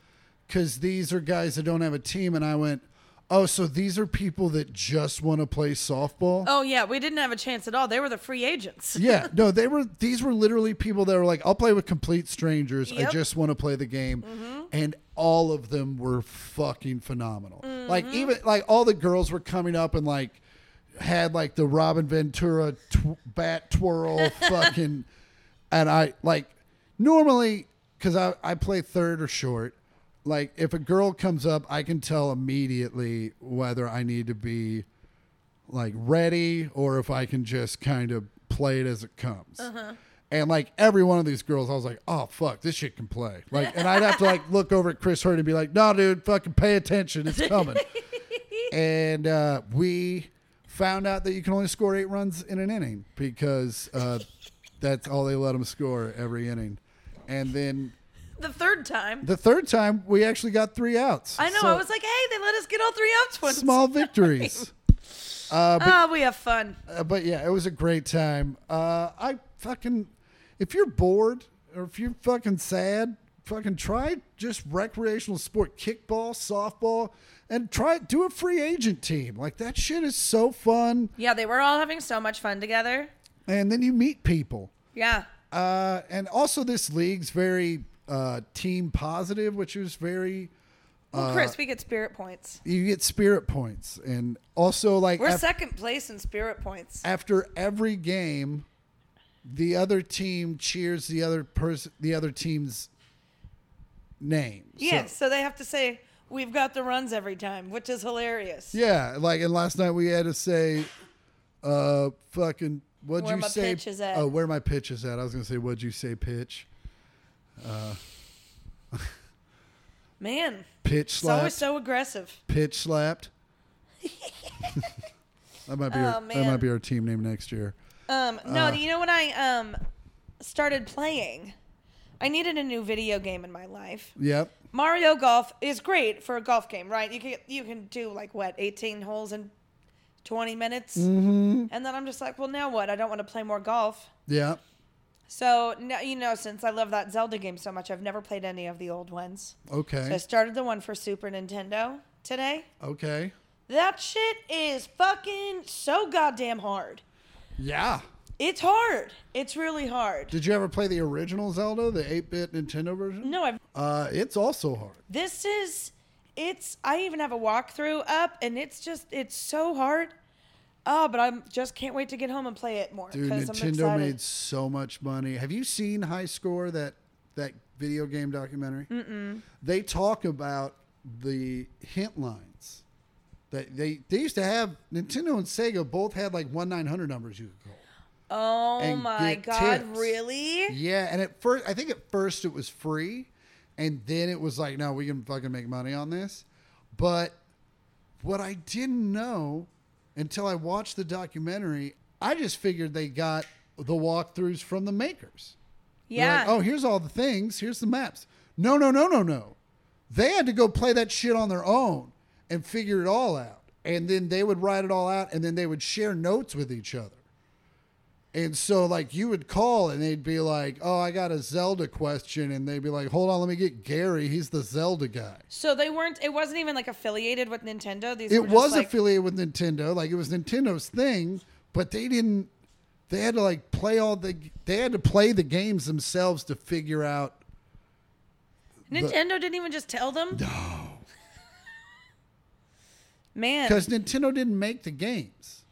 because these are guys that don't have a team." And I went, "Oh, so these are people that just want to play softball."
oh yeah, we didn't have a chance at all. They were the free agents.
yeah, no, they were. These were literally people that were like, "I'll play with complete strangers. I
Yep.
just want to play the game," and all of them were fucking phenomenal. Like even like all the girls were coming up and like had like the Robin Ventura tw- bat twirl fucking, and I like normally because I I play third or short. Like if a girl comes up, I can tell immediately whether I need to be like ready or if I can just kind of play it as it comes. And like every one of these girls, I was like, oh fuck, this shit can play. Like, and I'd have to like look over at Chris Hurd and be like, no, dude, fucking pay attention, it's coming.
[laughs]
and uh, we found out that you can only score eight runs in an inning because uh, that's all they let them score every inning. And then
The third time,
the third time, we actually got three outs.
I know. I
So,
was like, hey, they let us get all three outs [laughs] once.
small victories.
oh, we have fun.
Uh, but yeah, it was a great time. Uh, I fucking, if you're bored or if you're fucking sad, fucking try just recreational sport, kickball, softball, and try do a free agent team. Like that shit is so fun,
Yeah, they were all having so much fun together.
and then you meet people.
Yeah.
Uh, and also, this league's very uh, team positive, which is very.
Well,
Uh,
Chris, we get spirit points.
You get spirit points, and also like
We're
af-
second place in spirit points.
after every game, the other team cheers the other person, the other team's name. So-
Yeah, so they have to say we've got the runs every time, which is hilarious.
yeah. Like, and last night we had to say, uh, fucking, what'd
Where
you
my
say?
pitch is at.
Oh, where my pitch is at. I was gonna say, what'd you say? Pitch,
Man,
pitch
it's always
slapped,
so aggressive. [laughs]
pitch slapped. that might be our,
Oh,
that might
man.
be our team name next year.
Um, no, you know when I um started playing, I needed a new video game in my life.
Yep.
Mario Golf is great for a golf game, right? You can you can do like what eighteen holes in twenty minutes, mm-hmm. and then I'm just like, well, now what? I don't want to play more golf.
Yep.
So no, you know, since I love that Zelda game so much, I've never played any of the old ones. So I
Okay.
started the one for Super Nintendo today.
Okay.
That shit is fucking so goddamn hard.
Yeah.
It's hard. It's really hard.
Did you ever play the original Zelda, the 8-bit Nintendo version?
No, I've,
Uh, it's also hard.
this is it's I even have a walkthrough up and it's just it's so hard. Oh, but I just can't wait to get home and play it more
Dude,
because I'm
Nintendo
excited.
made so much money. Have you seen High Score that that video game documentary? Mm-mm. They talk about the hint lines that they they used to have. Nintendo and Sega both had like one nine hundred numbers you could call.
oh
and
my
get
god,
tips.
really?
Yeah, and at first, I think at first it was free, and then it was like, no, we can fucking make money on this. But what I didn't know until I watched the documentary, I just figured they got the walkthroughs from the makers. They're
Yeah.
like, oh, here's all the things. Here's the maps. No, no, no, no, no. They had to go play that shit on their own and figure it all out. And then they would write it all out and then they would share notes with each other. And so, like, you would call and they'd be like, oh, I got a Zelda question. And they'd be like, hold on, let me get Gary. He's the Zelda guy.
So they weren't it wasn't even like affiliated with Nintendo. These
It
were just,
was
like,
affiliated with Nintendo. Like, it was Nintendo's thing, but they didn't, they had to, like, play all the, they had to play the games themselves to figure out
Nintendo didn't even just tell them? No. Man.
because Nintendo didn't make the games.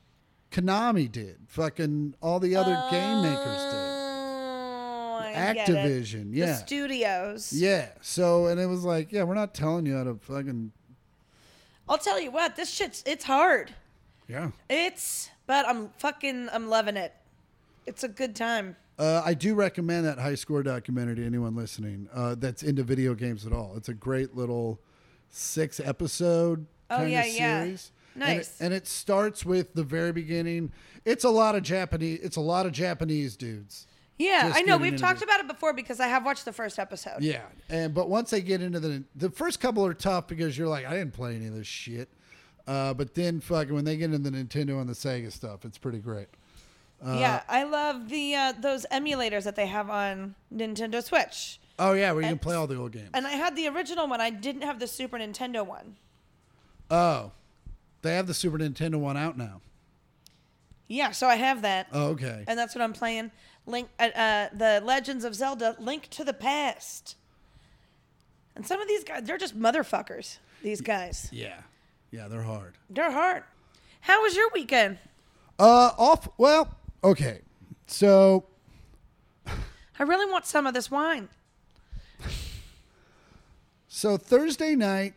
Konami did. Fucking all the other game makers did.
Oh, I get it.
Activision,
The
yeah.
studios.
Yeah. So and it was like, yeah, we're not telling you how to fucking
I'll tell you what, this shit's it's hard.
yeah.
It's but I'm fucking I'm loving it. It's a good time.
Uh, I do recommend that high score documentary to anyone listening uh, that's into video games at all. It's a great little six episode
Oh,
kind of
yeah, yeah.
series.
Nice.
And it, and it starts with the very beginning. It's a lot of Japanese. It's a lot of Japanese dudes.
Yeah,
Just
I know
getting
we've
into
talked
the-
about it before because I have watched the first episode.
Yeah, and but once they get into the the first couple are tough because you're like I didn't play any of this shit, uh, but then fucking when they get into the Nintendo and the Sega stuff, it's pretty great.
yeah, I love the uh, those emulators that they have on Nintendo Switch.
Oh yeah, where you can play all the old games.
And I had the original one. I didn't have the Super Nintendo one.
Oh, they have the Super Nintendo one out now.
Yeah, so I have that.
Oh, okay.
And that's what I'm playing. Link uh, uh, the Legends of Zelda Link to the Past. And some of these guys, they're just motherfuckers. These guys.
Yeah, yeah, they're hard.
They're hard. How was your weekend?
Uh, off. Well, okay. So
I really want some of this wine.
so Thursday night,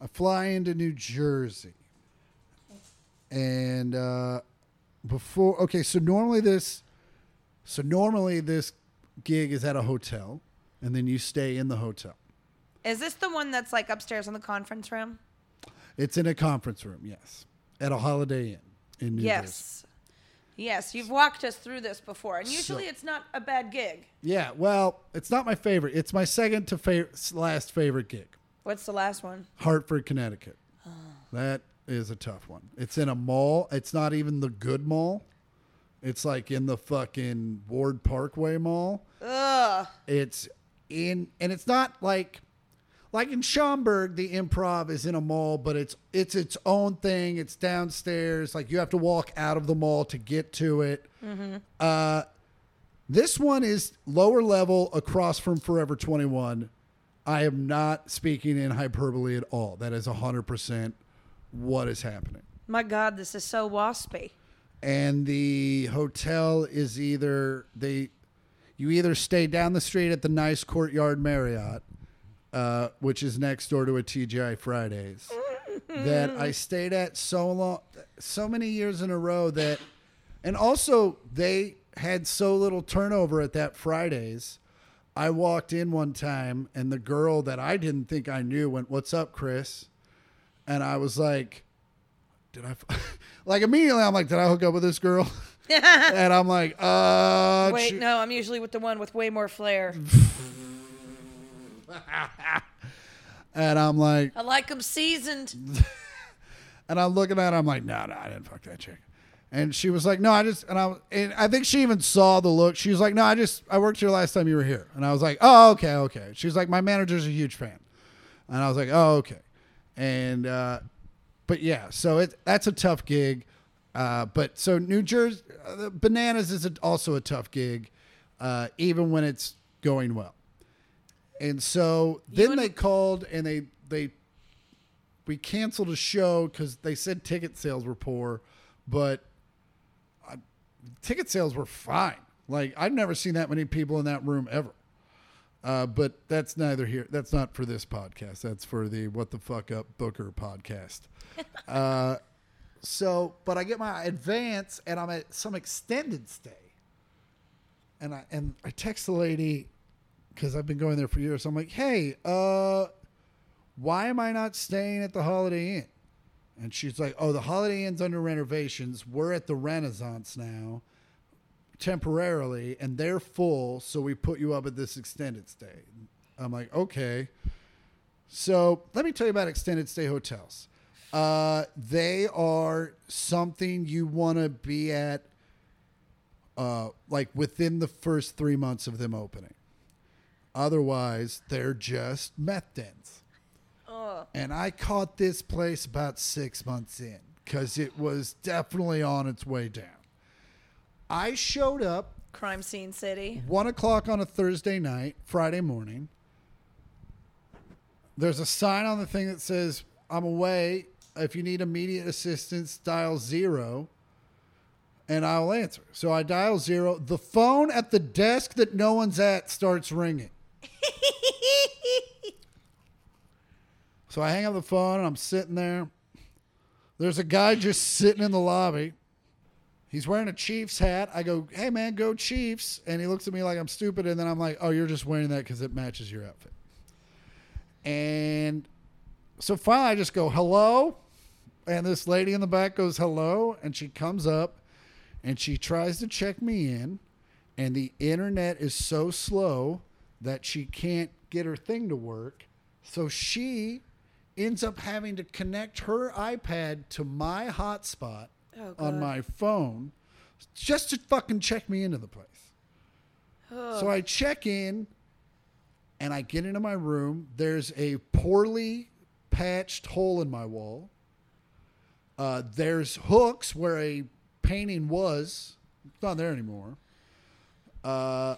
I fly into New Jersey, and uh, before okay, so normally this, so normally this gig is at a hotel, and then you stay in the hotel.
Is this the one that's like upstairs in the conference room?
It's in a conference room, yes, at a Holiday Inn in New Jersey.
Yes. Yes, you've walked us through this before. And usually
So-
it's not a bad gig.
Yeah, well, it's not my favorite. It's my second to fa- last favorite gig.
What's the last one?
Hartford, Connecticut. That is a tough one. It's in a mall. It's not even the good mall. It's like in the fucking Ward Parkway Mall.
Ugh.
It's in and it's not like like in Schaumburg, the improv is in a mall, but it's it's its own thing. It's downstairs. Like you have to walk out of the mall to get to it. Uh, this one is lower level across from Forever 21. I am not speaking in hyperbole at all. That is 100% what is happening.
My God, this is so waspy.
And the hotel is either they you either stay down the street at the nice courtyard Marriott, uh, which is next door to a TGI Fridays, that I stayed at so long, so many years in a row that, and also they had so little turnover at that Fridays. I walked in one time and the girl that I didn't think I knew went, "What's up, Chris?" And I was like, "Did I?" f-" [laughs] like immediately, I'm like, "Did I hook up with this girl?" [laughs] and I'm like, "Uh,
Wait,
she-
no, I'm usually with the one with way more flair.
And I'm like,
I like them seasoned.
and I'm looking at her, I'm like, no, no, I didn't fuck that chick. And she was like, no, I just, and I, and I think she even saw the look. She was like, no, I just, I worked here last time you were here. And I was like, oh, okay, okay. She was like, my manager's a huge fan. And I was like, oh, okay. And, uh, but yeah, so it, that's a tough gig. Uh, but so New Jersey, uh, the Bananas is a, also a tough gig, uh, even when it's going well. And so then
and-
they called and they, they we canceled a show because they said ticket sales were poor, but I, ticket sales were fine. Like I've never seen that many people in that room ever. Uh, but that's neither here. That's not for this podcast. That's for the "What the Fuck Up Booker" podcast. uh, so, but I get my advance, and I'm at some extended stay, and I and I text the lady because I've been going there for years. I'm like, "Hey, uh, why am I not staying at the Holiday Inn? And she's like, oh, the Holiday Inn's under renovations. We're at the Renaissance now, temporarily, and they're full, so we put you up at this extended stay. I'm like, okay. So let me tell you about extended stay hotels. Uh, they are something you want to be at, uh, like within the first three months of them opening. Otherwise, they're just meth dens. And I caught this place about six months in because it was definitely on its way down. I showed up
Crime scene city.
one o'clock on a Thursday night, Friday morning. There's a sign on the thing that says, I'm away. If you need immediate assistance, dial zero. and I'll answer. So I dial zero. The phone at the desk that no one's at starts ringing. so I hang up the phone and I'm sitting there. There's a guy just sitting in the lobby. He's wearing a Chiefs hat. I go, hey man, go Chiefs. And he looks at me like I'm stupid. And then I'm like, oh, you're just wearing that because it matches your outfit. And so finally I just go, hello. And this lady in the back goes, hello. And she comes up and she tries to check me in. And the internet is so slow that she can't get her thing to work. So she ends up having to connect her iPad to my hotspot
Oh, God.
on my phone just to fucking check me into the place. So I check in and I get into my room. There's a poorly patched hole in my wall. Uh, there's hooks where a painting was. It's not there anymore. Uh,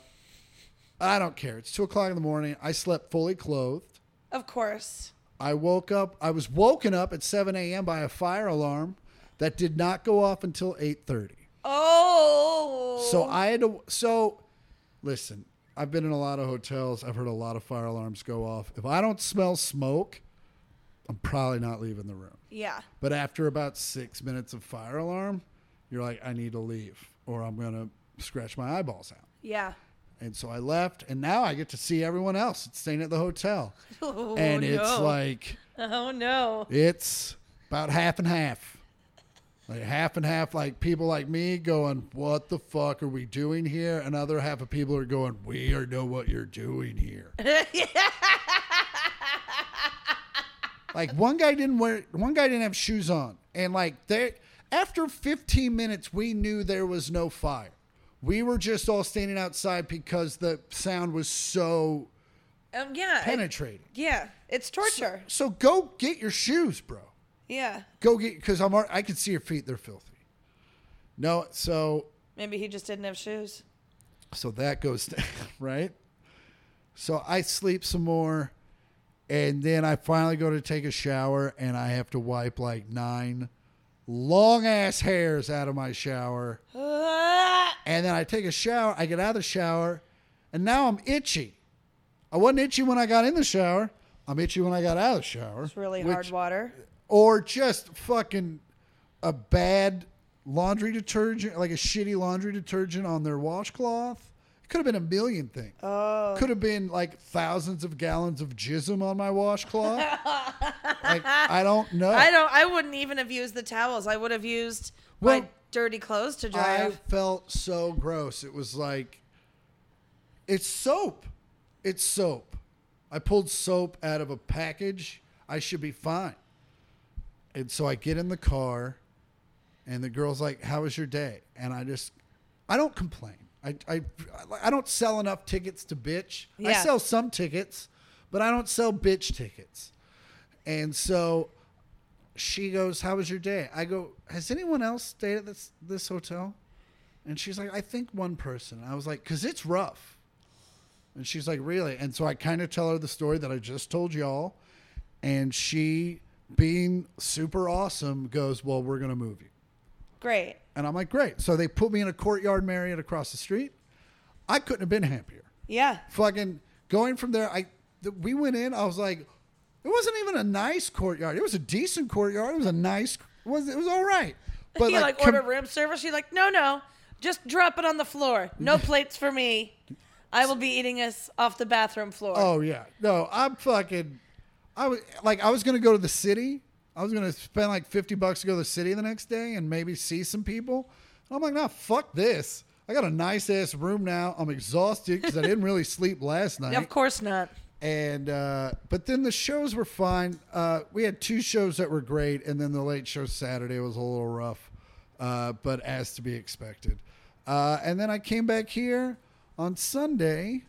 I don't care. It's two o'clock in the morning. I slept fully clothed.
Of course.
I woke up. I was woken up at 7 a.m. by a fire alarm that did not go off until 8:30.
Oh.
So I had to. So, listen, I've been in a lot of hotels. I've heard a lot of fire alarms go off. If I don't smell smoke, I'm probably not leaving the room.
Yeah.
But after about six minutes of fire alarm, you're like, I need to leave, or I'm gonna scratch my eyeballs out.
Yeah. [laughs]
And so I left, and now I get to see everyone else. It's staying at the hotel,
Oh,
and it's
no.
like
[laughs] Oh no. [laughs]
it's about half and half. Like half and half, like people like me going, What the fuck are we doing here? Another half of people are going, We are know what you're doing here.
Um,
like one guy didn't wear one guy didn't have shoes on. And like there after 15 minutes we knew there was no fire. We were just all standing outside because the sound was so
Um, yeah. it-
penetrating.
yeah. It's torture.
So go get your shoes, bro.
yeah.
go get because I'm al- I can see your feet; they're filthy. No, so
Maybe he just didn't have [laughs] shoes.
so that goes [laughs] down, right. So I sleep some more, and then I finally go to take a shower, and I have to wipe like nine long ass hairs out of my shower,
Ah!
and then I take a shower. I get out of the shower, and now I'm itchy. I wasn't itchy when I got in the shower. I'm itchy when I got out of the shower.
It's really
which-
hard water.
or just fucking a bad laundry detergent, like a shitty laundry detergent on their washcloth. It could have been a million things. Oh. Could have been like thousands of gallons of jism on
[laughs]
my washcloth. like I don't know.
I don't. I wouldn't even have used the towels. I would have used my
Well,
dirty clothes to dry.
I
off.
felt so gross. It was like it's soap. It's soap. I pulled soap out of a package. I should be fine. And so I get in the car and the girl's like, "How was your day?" And I just I don't complain. I I I don't sell enough tickets to bitch. I
Yeah.
sell some tickets, but I don't sell bitch tickets. And so she goes, "How was your day?" I go, "Has anyone else stayed at this this hotel?" And she's like, "I think one person." I was like, "Cause it's rough." And she's like, "Really?" And so I kind of tell her the story that I just told y'all, and she, being super awesome, goes, "Well, we're gonna move you."
Great.
And I'm like, "Great!" So they put me in a courtyard Marriott across the street. I couldn't have been happier
Yeah.
fucking going from there. I th- we went in. I was like, it wasn't even a nice courtyard. It was a decent courtyard. It was a nice. It was it was all right. [laughs] But
you like,
com-
order room service. You're like, no, no, just drop it on the floor.
[laughs]
No plates for me. I will be eating us off the bathroom floor.
oh yeah, no, I'm fucking. I was like, I was gonna go to the city. I was gonna spend like fifty bucks to go to the city the next day and maybe see some people. And I'm like, nah, fuck this. I got a nice ass room now. I'm exhausted because I didn't really [laughs] sleep last night.
of course not.
and uh, but then the shows were fine. Uh, we had two shows that were great, and then the late show Saturday was a little rough, uh, but as to be expected. Uh, and then I came back here on Sunday,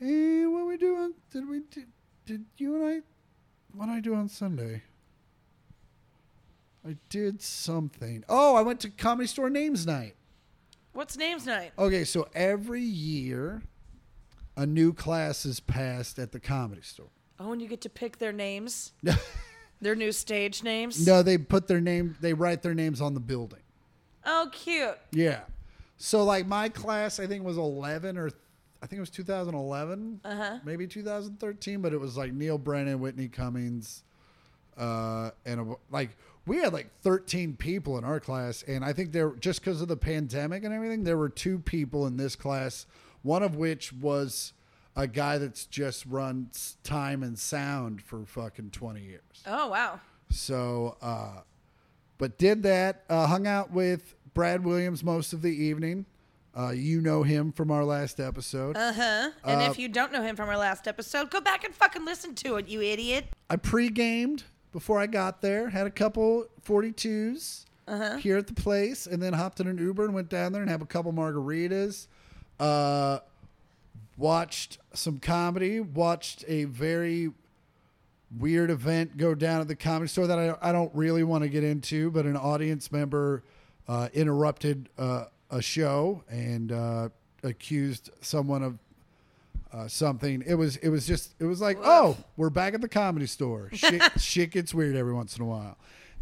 and what we do on did we did, did you and I what did I do on Sunday? I did something. Oh, I went to Comedy Store Names Night.
What's names night?
Okay, so every year, a new class is passed at the Comedy Store.
Oh, and you get to pick their names.
[laughs]
their new stage names.
No, they put their name. They write their names on the building.
Oh, cute.
Yeah. So like my class, I think was eleven or I think it was 2011, maybe 2013, but it was like Neil Brennan, Whitney Cummings, uh, and a, like we had like 13 people in our class, and I think there just because of the pandemic and everything, there were two people in this class, one of which was a guy that's just run s- time and sound for fucking 20 years.
Oh, wow.
So, uh, but did that, uh, hung out with Brad Williams most of the evening. Uh, you know him from our last episode.
Uh-huh. And if you don't know him from our last episode, go back and fucking listen to it, you idiot.
I pre gamed before I got there, had a couple 42s here at the place, and then hopped in an Uber and went down there and had a couple margaritas. Uh, watched some comedy, watched a very weird event go down at the comedy store that I, I don't really want to get into, but an audience member uh, interrupted uh, a show and uh, accused someone of uh, something. It was it was just it was like oh we're back at the comedy store. Shit, shit gets weird every once in a while.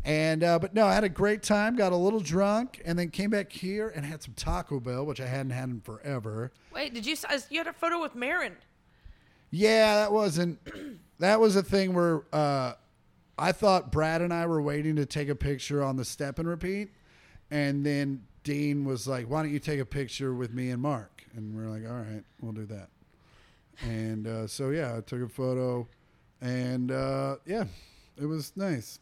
And uh, but no, I had a great time. Got a little drunk, and then came back here and had some Taco Bell, which I hadn't had in forever.
Wait, did you s- uh, you had a photo with Marin?
Yeah, that wasn't. That was a thing where uh, I thought Brad and I were waiting to take a picture on the step and repeat, and then Dean was like, "Why don't you take a picture with me and Mark?" And we're like, "All right, we'll do that." And uh, so yeah, I took a photo, and uh, yeah, it was nice.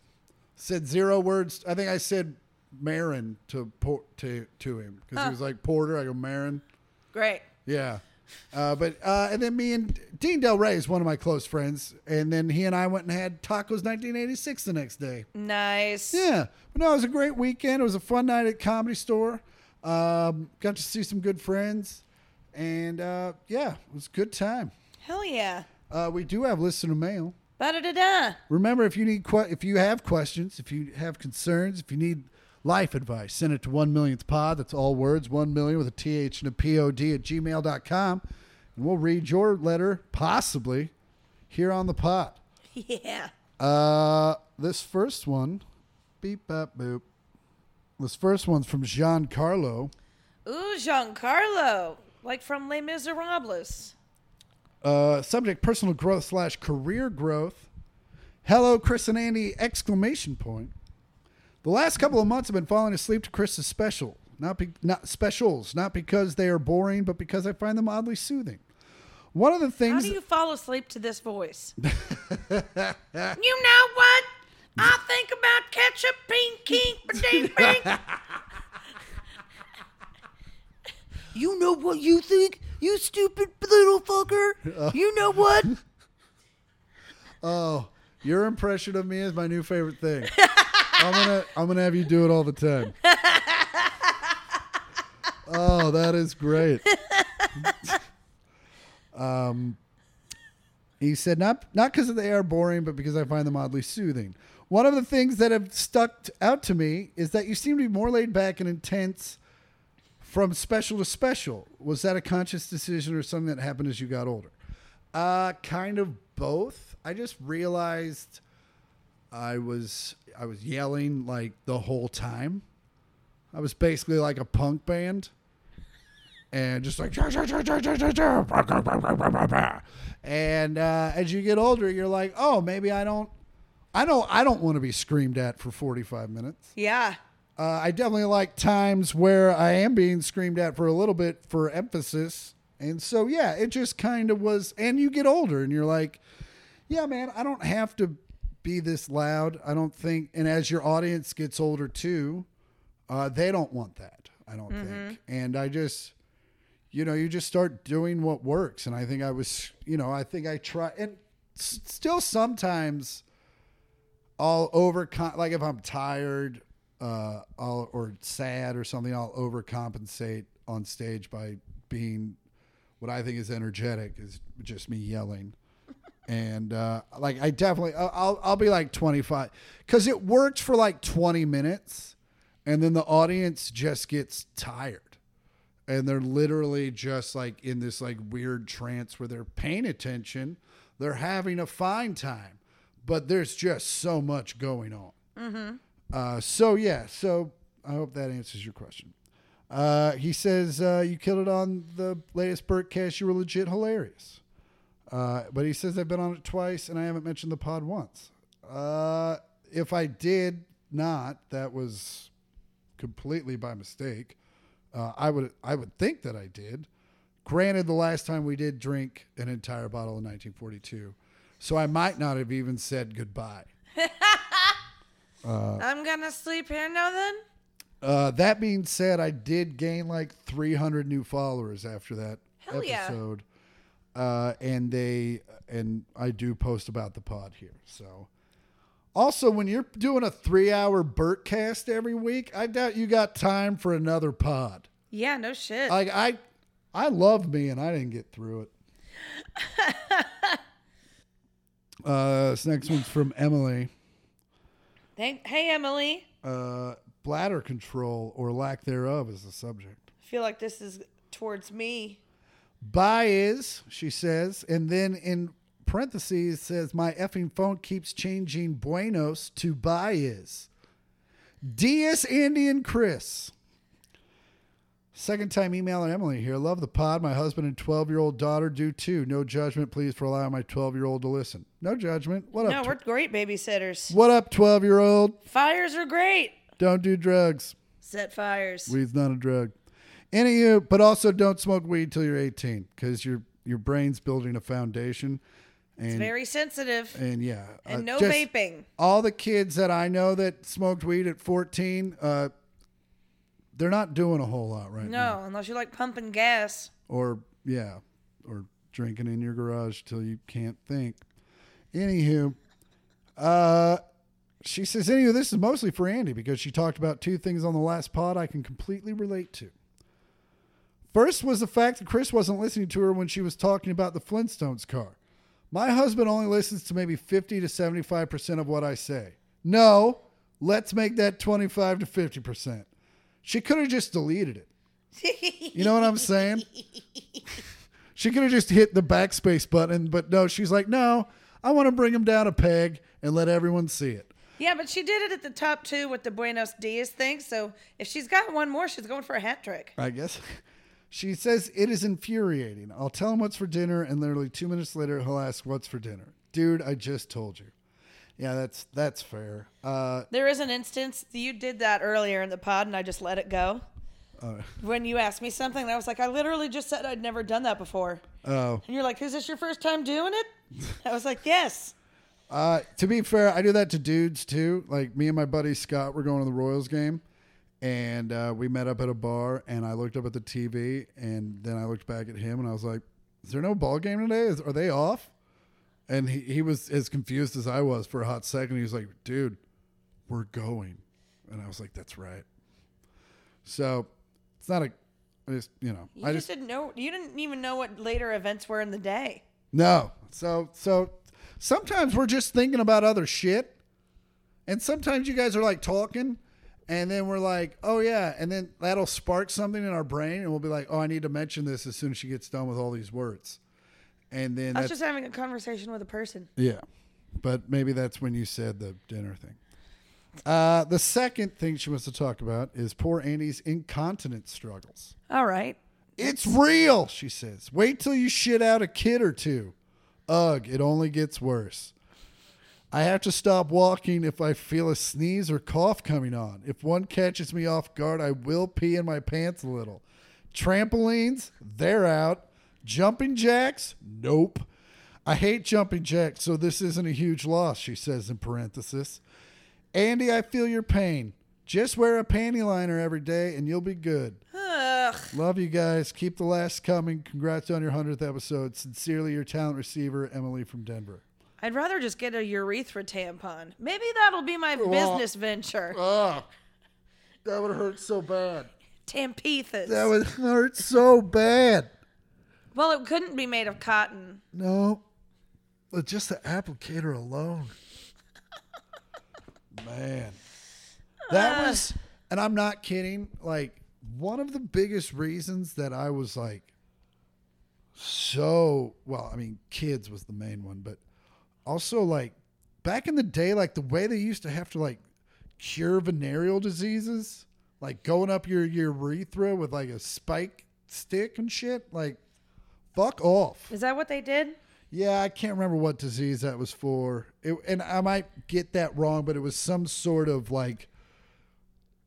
Said zero words. I think I said Marin to por- to to him because he was like Porter. I go Marin.
Great.
Yeah. Uh, but uh, and then me and Dean Del Rey is one of my close friends, and then he and I went and had tacos 1986 the next day.
Nice.
Yeah, but no, it was a great weekend. It was a fun night at Comedy Store. Um, got to see some good friends, and uh, yeah, it was a good time.
Hell yeah.
Uh, we do have listener mail.
Ba da da da.
Remember, if you need que- if you have questions, if you have concerns, if you need life advice, send it to one millionth pod. That's all words, one million with a th and a pod at gmail.com. And we'll read your letter, possibly, here on the pod.
[laughs] Yeah.
Uh, this first one, beep, bop, boop. This first one's from Giancarlo.
Ooh, Giancarlo. Like from Les Miserables.
Uh, subject personal growth slash career growth. Hello, Chris and Andy! Exclamation point. The last couple of months have been falling asleep to Chris's special, not be, not specials, not because they are boring, but because I find them oddly soothing. One of the
How
things
do you fall asleep to this voice? you know what? I think about ketchup, pink, kink, ba-ding, bing.
You know what you think, you stupid little fucker? you know what?
Oh, your impression of me is my new favorite thing. [laughs] I'm gonna I'm gonna have you do it all the time. Oh, that is great. um, he said not not because they are boring, but because I find them oddly soothing. One of the things that have stuck t- out to me is that you seem to be more laid back and intense from special to special. Was that a conscious decision or something that happened as you got older? Uh, kind of both. I just realized I was I was yelling like the whole time. I was basically like a punk band. And just like and uh, as you get older, you're like, oh, maybe I don't, I don't, I don't want to be screamed at for 45 minutes.
yeah.
Uh, I definitely like times where I am being screamed at for a little bit for emphasis. And so, yeah, it just kind of was. And you get older and you're like, yeah, man, I don't have to be this loud. I don't think. And as your audience gets older too, uh, they don't want that, I don't think. And I just, you know, you just start doing what works. And I think I was, you know, I think I try. And s- still sometimes I'll overcom like if I'm tired, uh, I'll or sad or something, I'll overcompensate on stage by being what I think is energetic is just me yelling. [laughs] And uh, like I definitely, I'll- I'll I'll be like 25 because it worked for like 20 minutes, and then the audience just gets tired, and they're literally just like in this like weird trance where they're paying attention, they're having a fine time, but there's just so much going on. Uh, so yeah, so I hope that answers your question. Uh, he says uh, you killed it on the latest Burtcast. You were legit hilarious. Uh, but he says I've been on it twice and I haven't mentioned the pod once. Uh, if I did not, that was completely by mistake. Uh, I would I would think that I did. Granted, the last time we did drink an entire bottle in 1942, so I might not have even said goodbye.
I'm gonna sleep here now then.
Uh, that being said, I did gain like 300 new followers after that
Hell yeah.
episode, uh, and they and I do post about the pod here. So, also when you're doing a three-hour Burtcast every week, I doubt you got time for another pod.
Yeah, no shit.
Like I, I love me, and I didn't get through it. uh, this next one's from Emily.
Thank- hey, Emily.
Uh, bladder control or lack thereof is the subject.
I feel like this is towards me.
By is she says, and then in parentheses says, my effing phone keeps changing Buenos to by is. DS Andy and Chris. Second time emailing Emily here. Love the pod. My husband and 12 year old daughter do too. No judgment, please, for allowing my 12 year old to listen. No judgment. What
No,
up?
we're
tw-
great babysitters.
what up, 12 year old?
Fires are great.
Don't do drugs.
Set fires.
Weed's not a drug. Any of you, but also don't smoke weed till you're 18 because your your brain's building a foundation. And,
Very sensitive.
and yeah,
and
uh,
no
just
vaping.
All the kids that I know that smoked weed at 14, uh, they're not doing a whole lot right now.
No, unless you like pumping [laughs] gas.
Or yeah, or drinking in your garage till you can't think. Anywho, uh, she says, anywho, this is mostly for Andy because she talked about two things on the last pod I can completely relate to. First was the fact that Chris wasn't listening to her when she was talking about the Flintstones car. My husband only listens to maybe 50 to 75% of what I say. No, let's make that 25 to 50%. She could have just deleted it. You know what I'm saying? she could have just hit the backspace button, but no, she's like, no, I want to bring him down a peg and let everyone see it.
Yeah, but she did it at the top two with the Buenos Dias thing. So if she's got one more, she's going for a hat trick.
I guess. [laughs] She says it is infuriating. I'll tell him what's for dinner, and literally two minutes later, he'll ask what's for dinner. Dude, I just told you. Yeah, that's that's fair. Uh,
There is an instance you did that earlier in the pod, and I just let it go. when you asked me something, and I was like, I literally just said I'd never done that before.
oh,
And you're like, Is this your first time doing it? I was like, Yes.
uh, to be fair, I do that to dudes too. Like me and my buddy Scott were going to the Royals game, and uh, we met up at a bar, and I looked up at the TV, and then I looked back at him, and I was like, "Is there no ball game today? Is, are they off?" And he, he was as confused as I was for a hot second. He was like, dude, we're going. And I was like, that's right. So it's not a, I just, you know,
You
I
just
just,
didn't know. You didn't even know what later events were in the day.
no. So, so sometimes we're just thinking about other shit. And sometimes you guys are like talking and then we're like, oh yeah. And then that'll spark something in our brain and we'll be like, oh, I need to mention this as soon as she gets done with all these words. And then
I
that's,
was just having a conversation with a person.
Yeah. But maybe that's when you said the dinner thing. Uh, the second thing she wants to talk about is poor Andy's incontinence struggles.
All right.
It's real, she says. Wait till you shit out a kid or two. Ugh, it only gets worse. I have to stop walking if I feel a sneeze or cough coming on. If one catches me off guard, I will pee in my pants a little. Trampolines, they're out. Jumping jacks, nope. I hate jumping jacks, so this isn't a huge loss, she says in parenthesis. Andy, I feel your pain. Just wear a panty liner every day and you'll be good.
Ugh.
Love you guys. Keep the last coming. Congrats on your 100th episode. Sincerely, your talent receiver, Emily from Denver.
I'd rather just get a urethra tampon. Maybe that'll be my business venture.
Oh, that would hurt so bad.
Tampethus.
That would hurt so bad.
well, it couldn't be made of cotton.
No, but just the applicator alone. Man, that was, and I'm not kidding. Like, one of the biggest reasons that I was like, so well, I mean, kids was the main one, but also like back in the day, like the way they used to have to like cure venereal diseases like going up your, your urethra with like a spike stick and shit. Like, fuck off.
Is that what they did?
Yeah, I can't remember what disease that was for. It, and I might get that wrong, but it was some sort of like,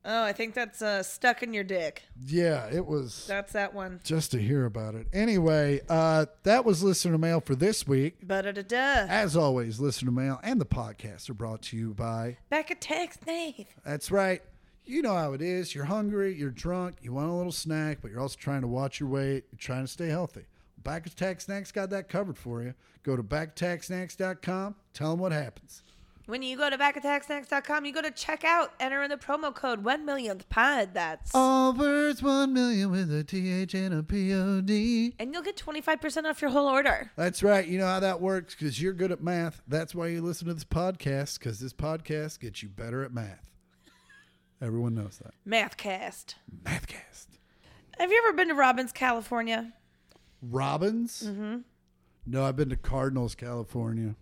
Oh, I think that's uh, stuck in your dick.
yeah, it was
That's that one.
just to hear about it. Anyway, uh, that was listener mail for this week.
But da da.
As always, listener mail and the podcast are brought to you by.
Back a text, Nate.
That's right. You know how it is. You're hungry, you're drunk, you want a little snack, but you're also trying to watch your weight, you're trying to stay healthy. Back Attack Snacks got that covered for you. Go to backattacksnacks.com, tell them what happens.
When you go to backattacksnacks.com, you go to checkout, enter in the promo code 1 millionth pod. That's.
All birds, 1 million with a TH and a POD.
and you'll get 25% off your whole order.
That's right. You know how that works because you're good at math. That's why you listen to this podcast because this podcast gets you better at math. Everyone knows that.
Mathcast.
Mathcast.
Have you ever been to Robbins, California?
Robbins? Mm-hmm. No, I've been to Cardinals, California,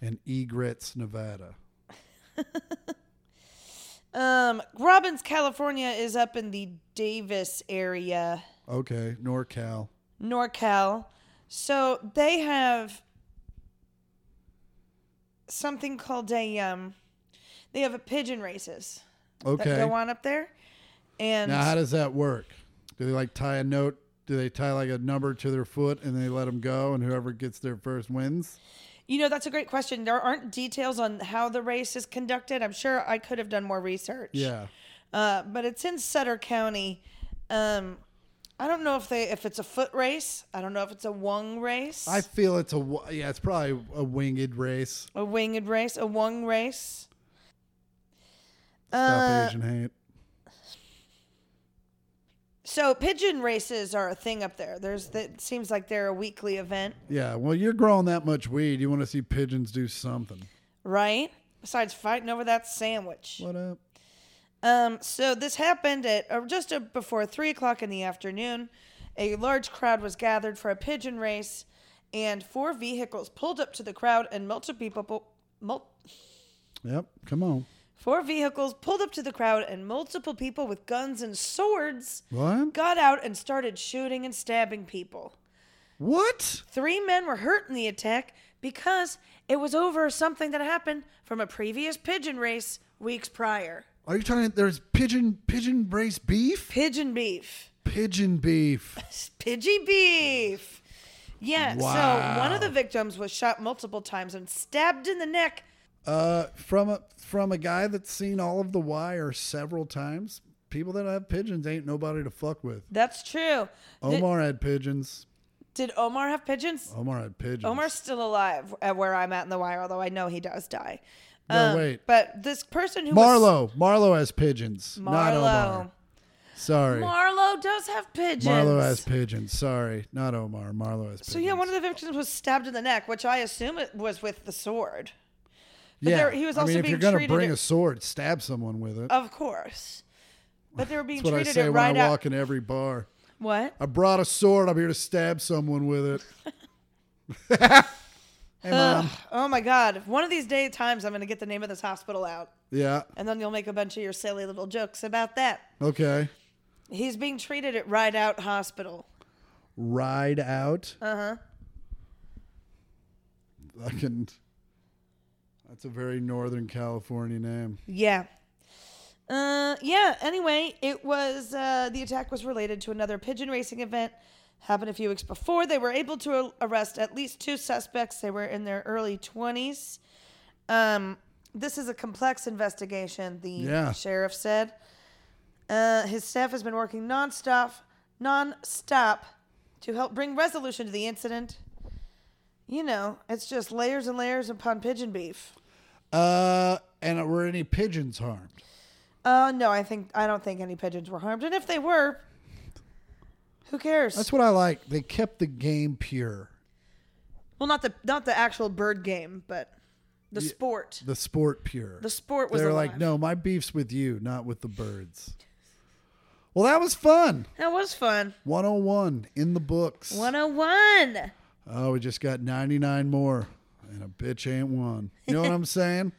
and Egrets, Nevada.
Um, Robbins, California is up in the Davis area,
Okay, NorCal.
NorCal. So they have something called a um they have a pigeon races that
Okay.
go on up there. And
Now, how does that work? Do they like tie a note? Do they tie like a number to their foot and they let them go, and whoever gets there first wins?
You know, that's a great question. There aren't details on how the race is conducted. I'm sure I could have done more research.
Yeah.
Uh, but it's in Sutter County. Um, I don't know if they if it's a foot race. I don't know if it's a wung race.
I feel it's a wa- yeah, it's probably a winged race.
a winged race, a wung race.
Stop
Uh,
Asian hate.
So pigeon races are a thing up there. There's that seems like they're a weekly event,
Yeah, well, you're growing that much weed. You want to see pigeons do something.
right? Besides fighting over that sandwich.
What up?
Um, so this happened at uh, just uh, before three o'clock in the afternoon. A large crowd was gathered for a pigeon race, and four vehicles pulled up to the crowd, and multiple people, mul-
Yep, come on.
four vehicles pulled up to the crowd, and multiple people with guns and swords
What?
got out and started shooting and stabbing people.
What?
Three men were hurt in the attack because it was over something that happened from a previous pigeon race weeks prior.
Are you trying? There's pigeon pigeon race beef.
Pigeon beef.
Pigeon
[laughs]
beef.
Pidgey beef. Yeah, so one of the victims was shot multiple times and stabbed in the neck.
Uh, from a from a guy that's seen all of The Wire several times. People that have pigeons ain't nobody to fuck with.
That's true. Did-
Omar had pigeons.
Did, Omar have pigeons?
Omar had pigeons.
Omar's still alive at where I'm at in the wire, although I know he does die. Um,
No, wait.
But this person who was
Marlo. Marlo has pigeons. Not
Marlo.
Omar. Sorry.
Marlo does have pigeons.
Marlo has pigeons. Sorry, not Omar. Marlo has pigeons.
So yeah, one of the victims was stabbed in the neck, which I assume it was with the sword. But
yeah.
there, he was also
I mean, if
being
you're gonna
treated
bring
at-
a sword, stab someone with it.
of course. But they were being
That's what I
treated
say
at
when
right
I
out.
walk in every bar.
What?
I brought a sword. I'm here to stab someone with it. hey, mom.
Oh my God. One of these day times, I'm going to get the name of this hospital out.
Yeah.
And then you'll make a bunch of your silly little jokes about that.
Okay.
He's being treated at Ride Out Hospital.
Ride out. Uh
Uh-huh.
huh. Fucking. That's a very Northern California name.
Yeah. Uh, yeah, anyway, it was uh, the attack was related to another pigeon racing event. Happened a few weeks before. They were able to ar- arrest at least two suspects. They were in their early 20s. Um, this is a complex investigation, the
Yeah.
sheriff said. Uh, his staff has been working nonstop, nonstop to help bring resolution to the incident. You know, it's just layers and layers upon pigeon beef.
Uh, and were any pigeons harmed?
Uh, no, I think I don't think any pigeons were harmed, and if they were, who cares?
That's what I like. They kept the game pure,
well, not the not the actual bird game, but the sport.
the sport pure.
The sport was
They're
alive.
like, no, my beef's with you, not with the birds. Well, that was fun.
That was fun.
101 in the books.
One oh one. [laughs]
Oh, we just got 99 more, and a bitch ain't one. You know what I'm saying?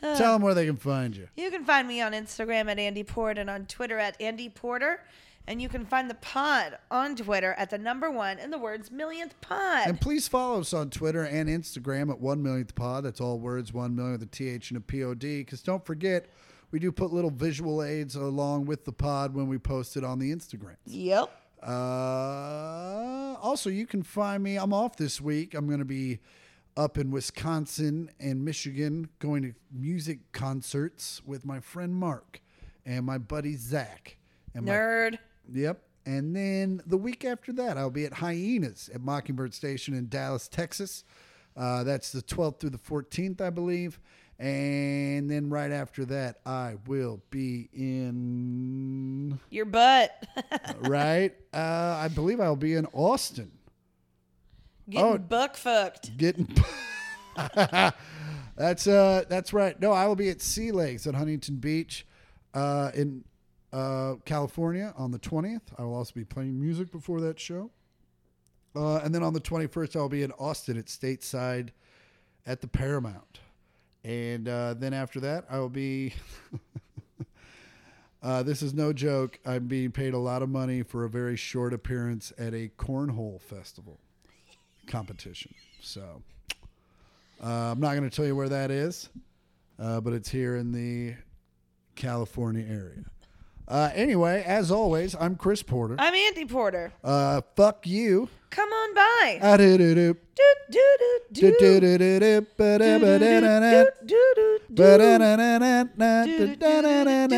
Tell them where they can find you.
You can find me on Instagram at Andy Port and on Twitter at Andy Porter. And you can find the pod on Twitter at the number one in the words millionth pod.
And please follow us on Twitter and Instagram at One Millionth Pod. That's all words, one million with a th and a pod. Because don't forget, we do put little visual aids along with the pod when we post it on the Instagram.
yep.
Uh, also, you can find me. I'm off this week. I'm going to be up in Wisconsin and Michigan going to music concerts with my friend Mark and my buddy Zach. And my
Nerd.
Yep. And then the week after that, I'll be at Hyenas at Mockingbird Station in Dallas, Texas. Uh, that's the 12th through the 14th, I believe. And then right after that, I will be in,
Your butt. [laughs]
right? Uh, I believe I'll be in Austin
Getting
Oh.
buck fucked.
getting. [laughs] that's uh, that's right. No, I will be at Sea Legs at Huntington Beach, uh, in uh, California on the twentieth. I will also be playing music before that show, uh, and then on the twenty first, I'll be in Austin at Stateside, at the Paramount, and uh, then after that, I will be. [laughs] Uh, this is no joke. I'm being paid a lot of money for a very short appearance at a cornhole festival competition. So uh, I'm not going to tell you where that is, uh, but it's here in the California area. Uh, anyway, as always, I'm Chris Porter.
I'm Andy Porter.
Uh, fuck you.
Come on by.
Ah, doo-doo-doo.
Doot, doot, doot, doot.
Doo-doo-doo-doo-doo.
Doot, doot,
Ba-da-ba-da-da-da.
doot, doot, doot.
Ba-da-da-da-da.
Doot, doot, doot, doot, doot.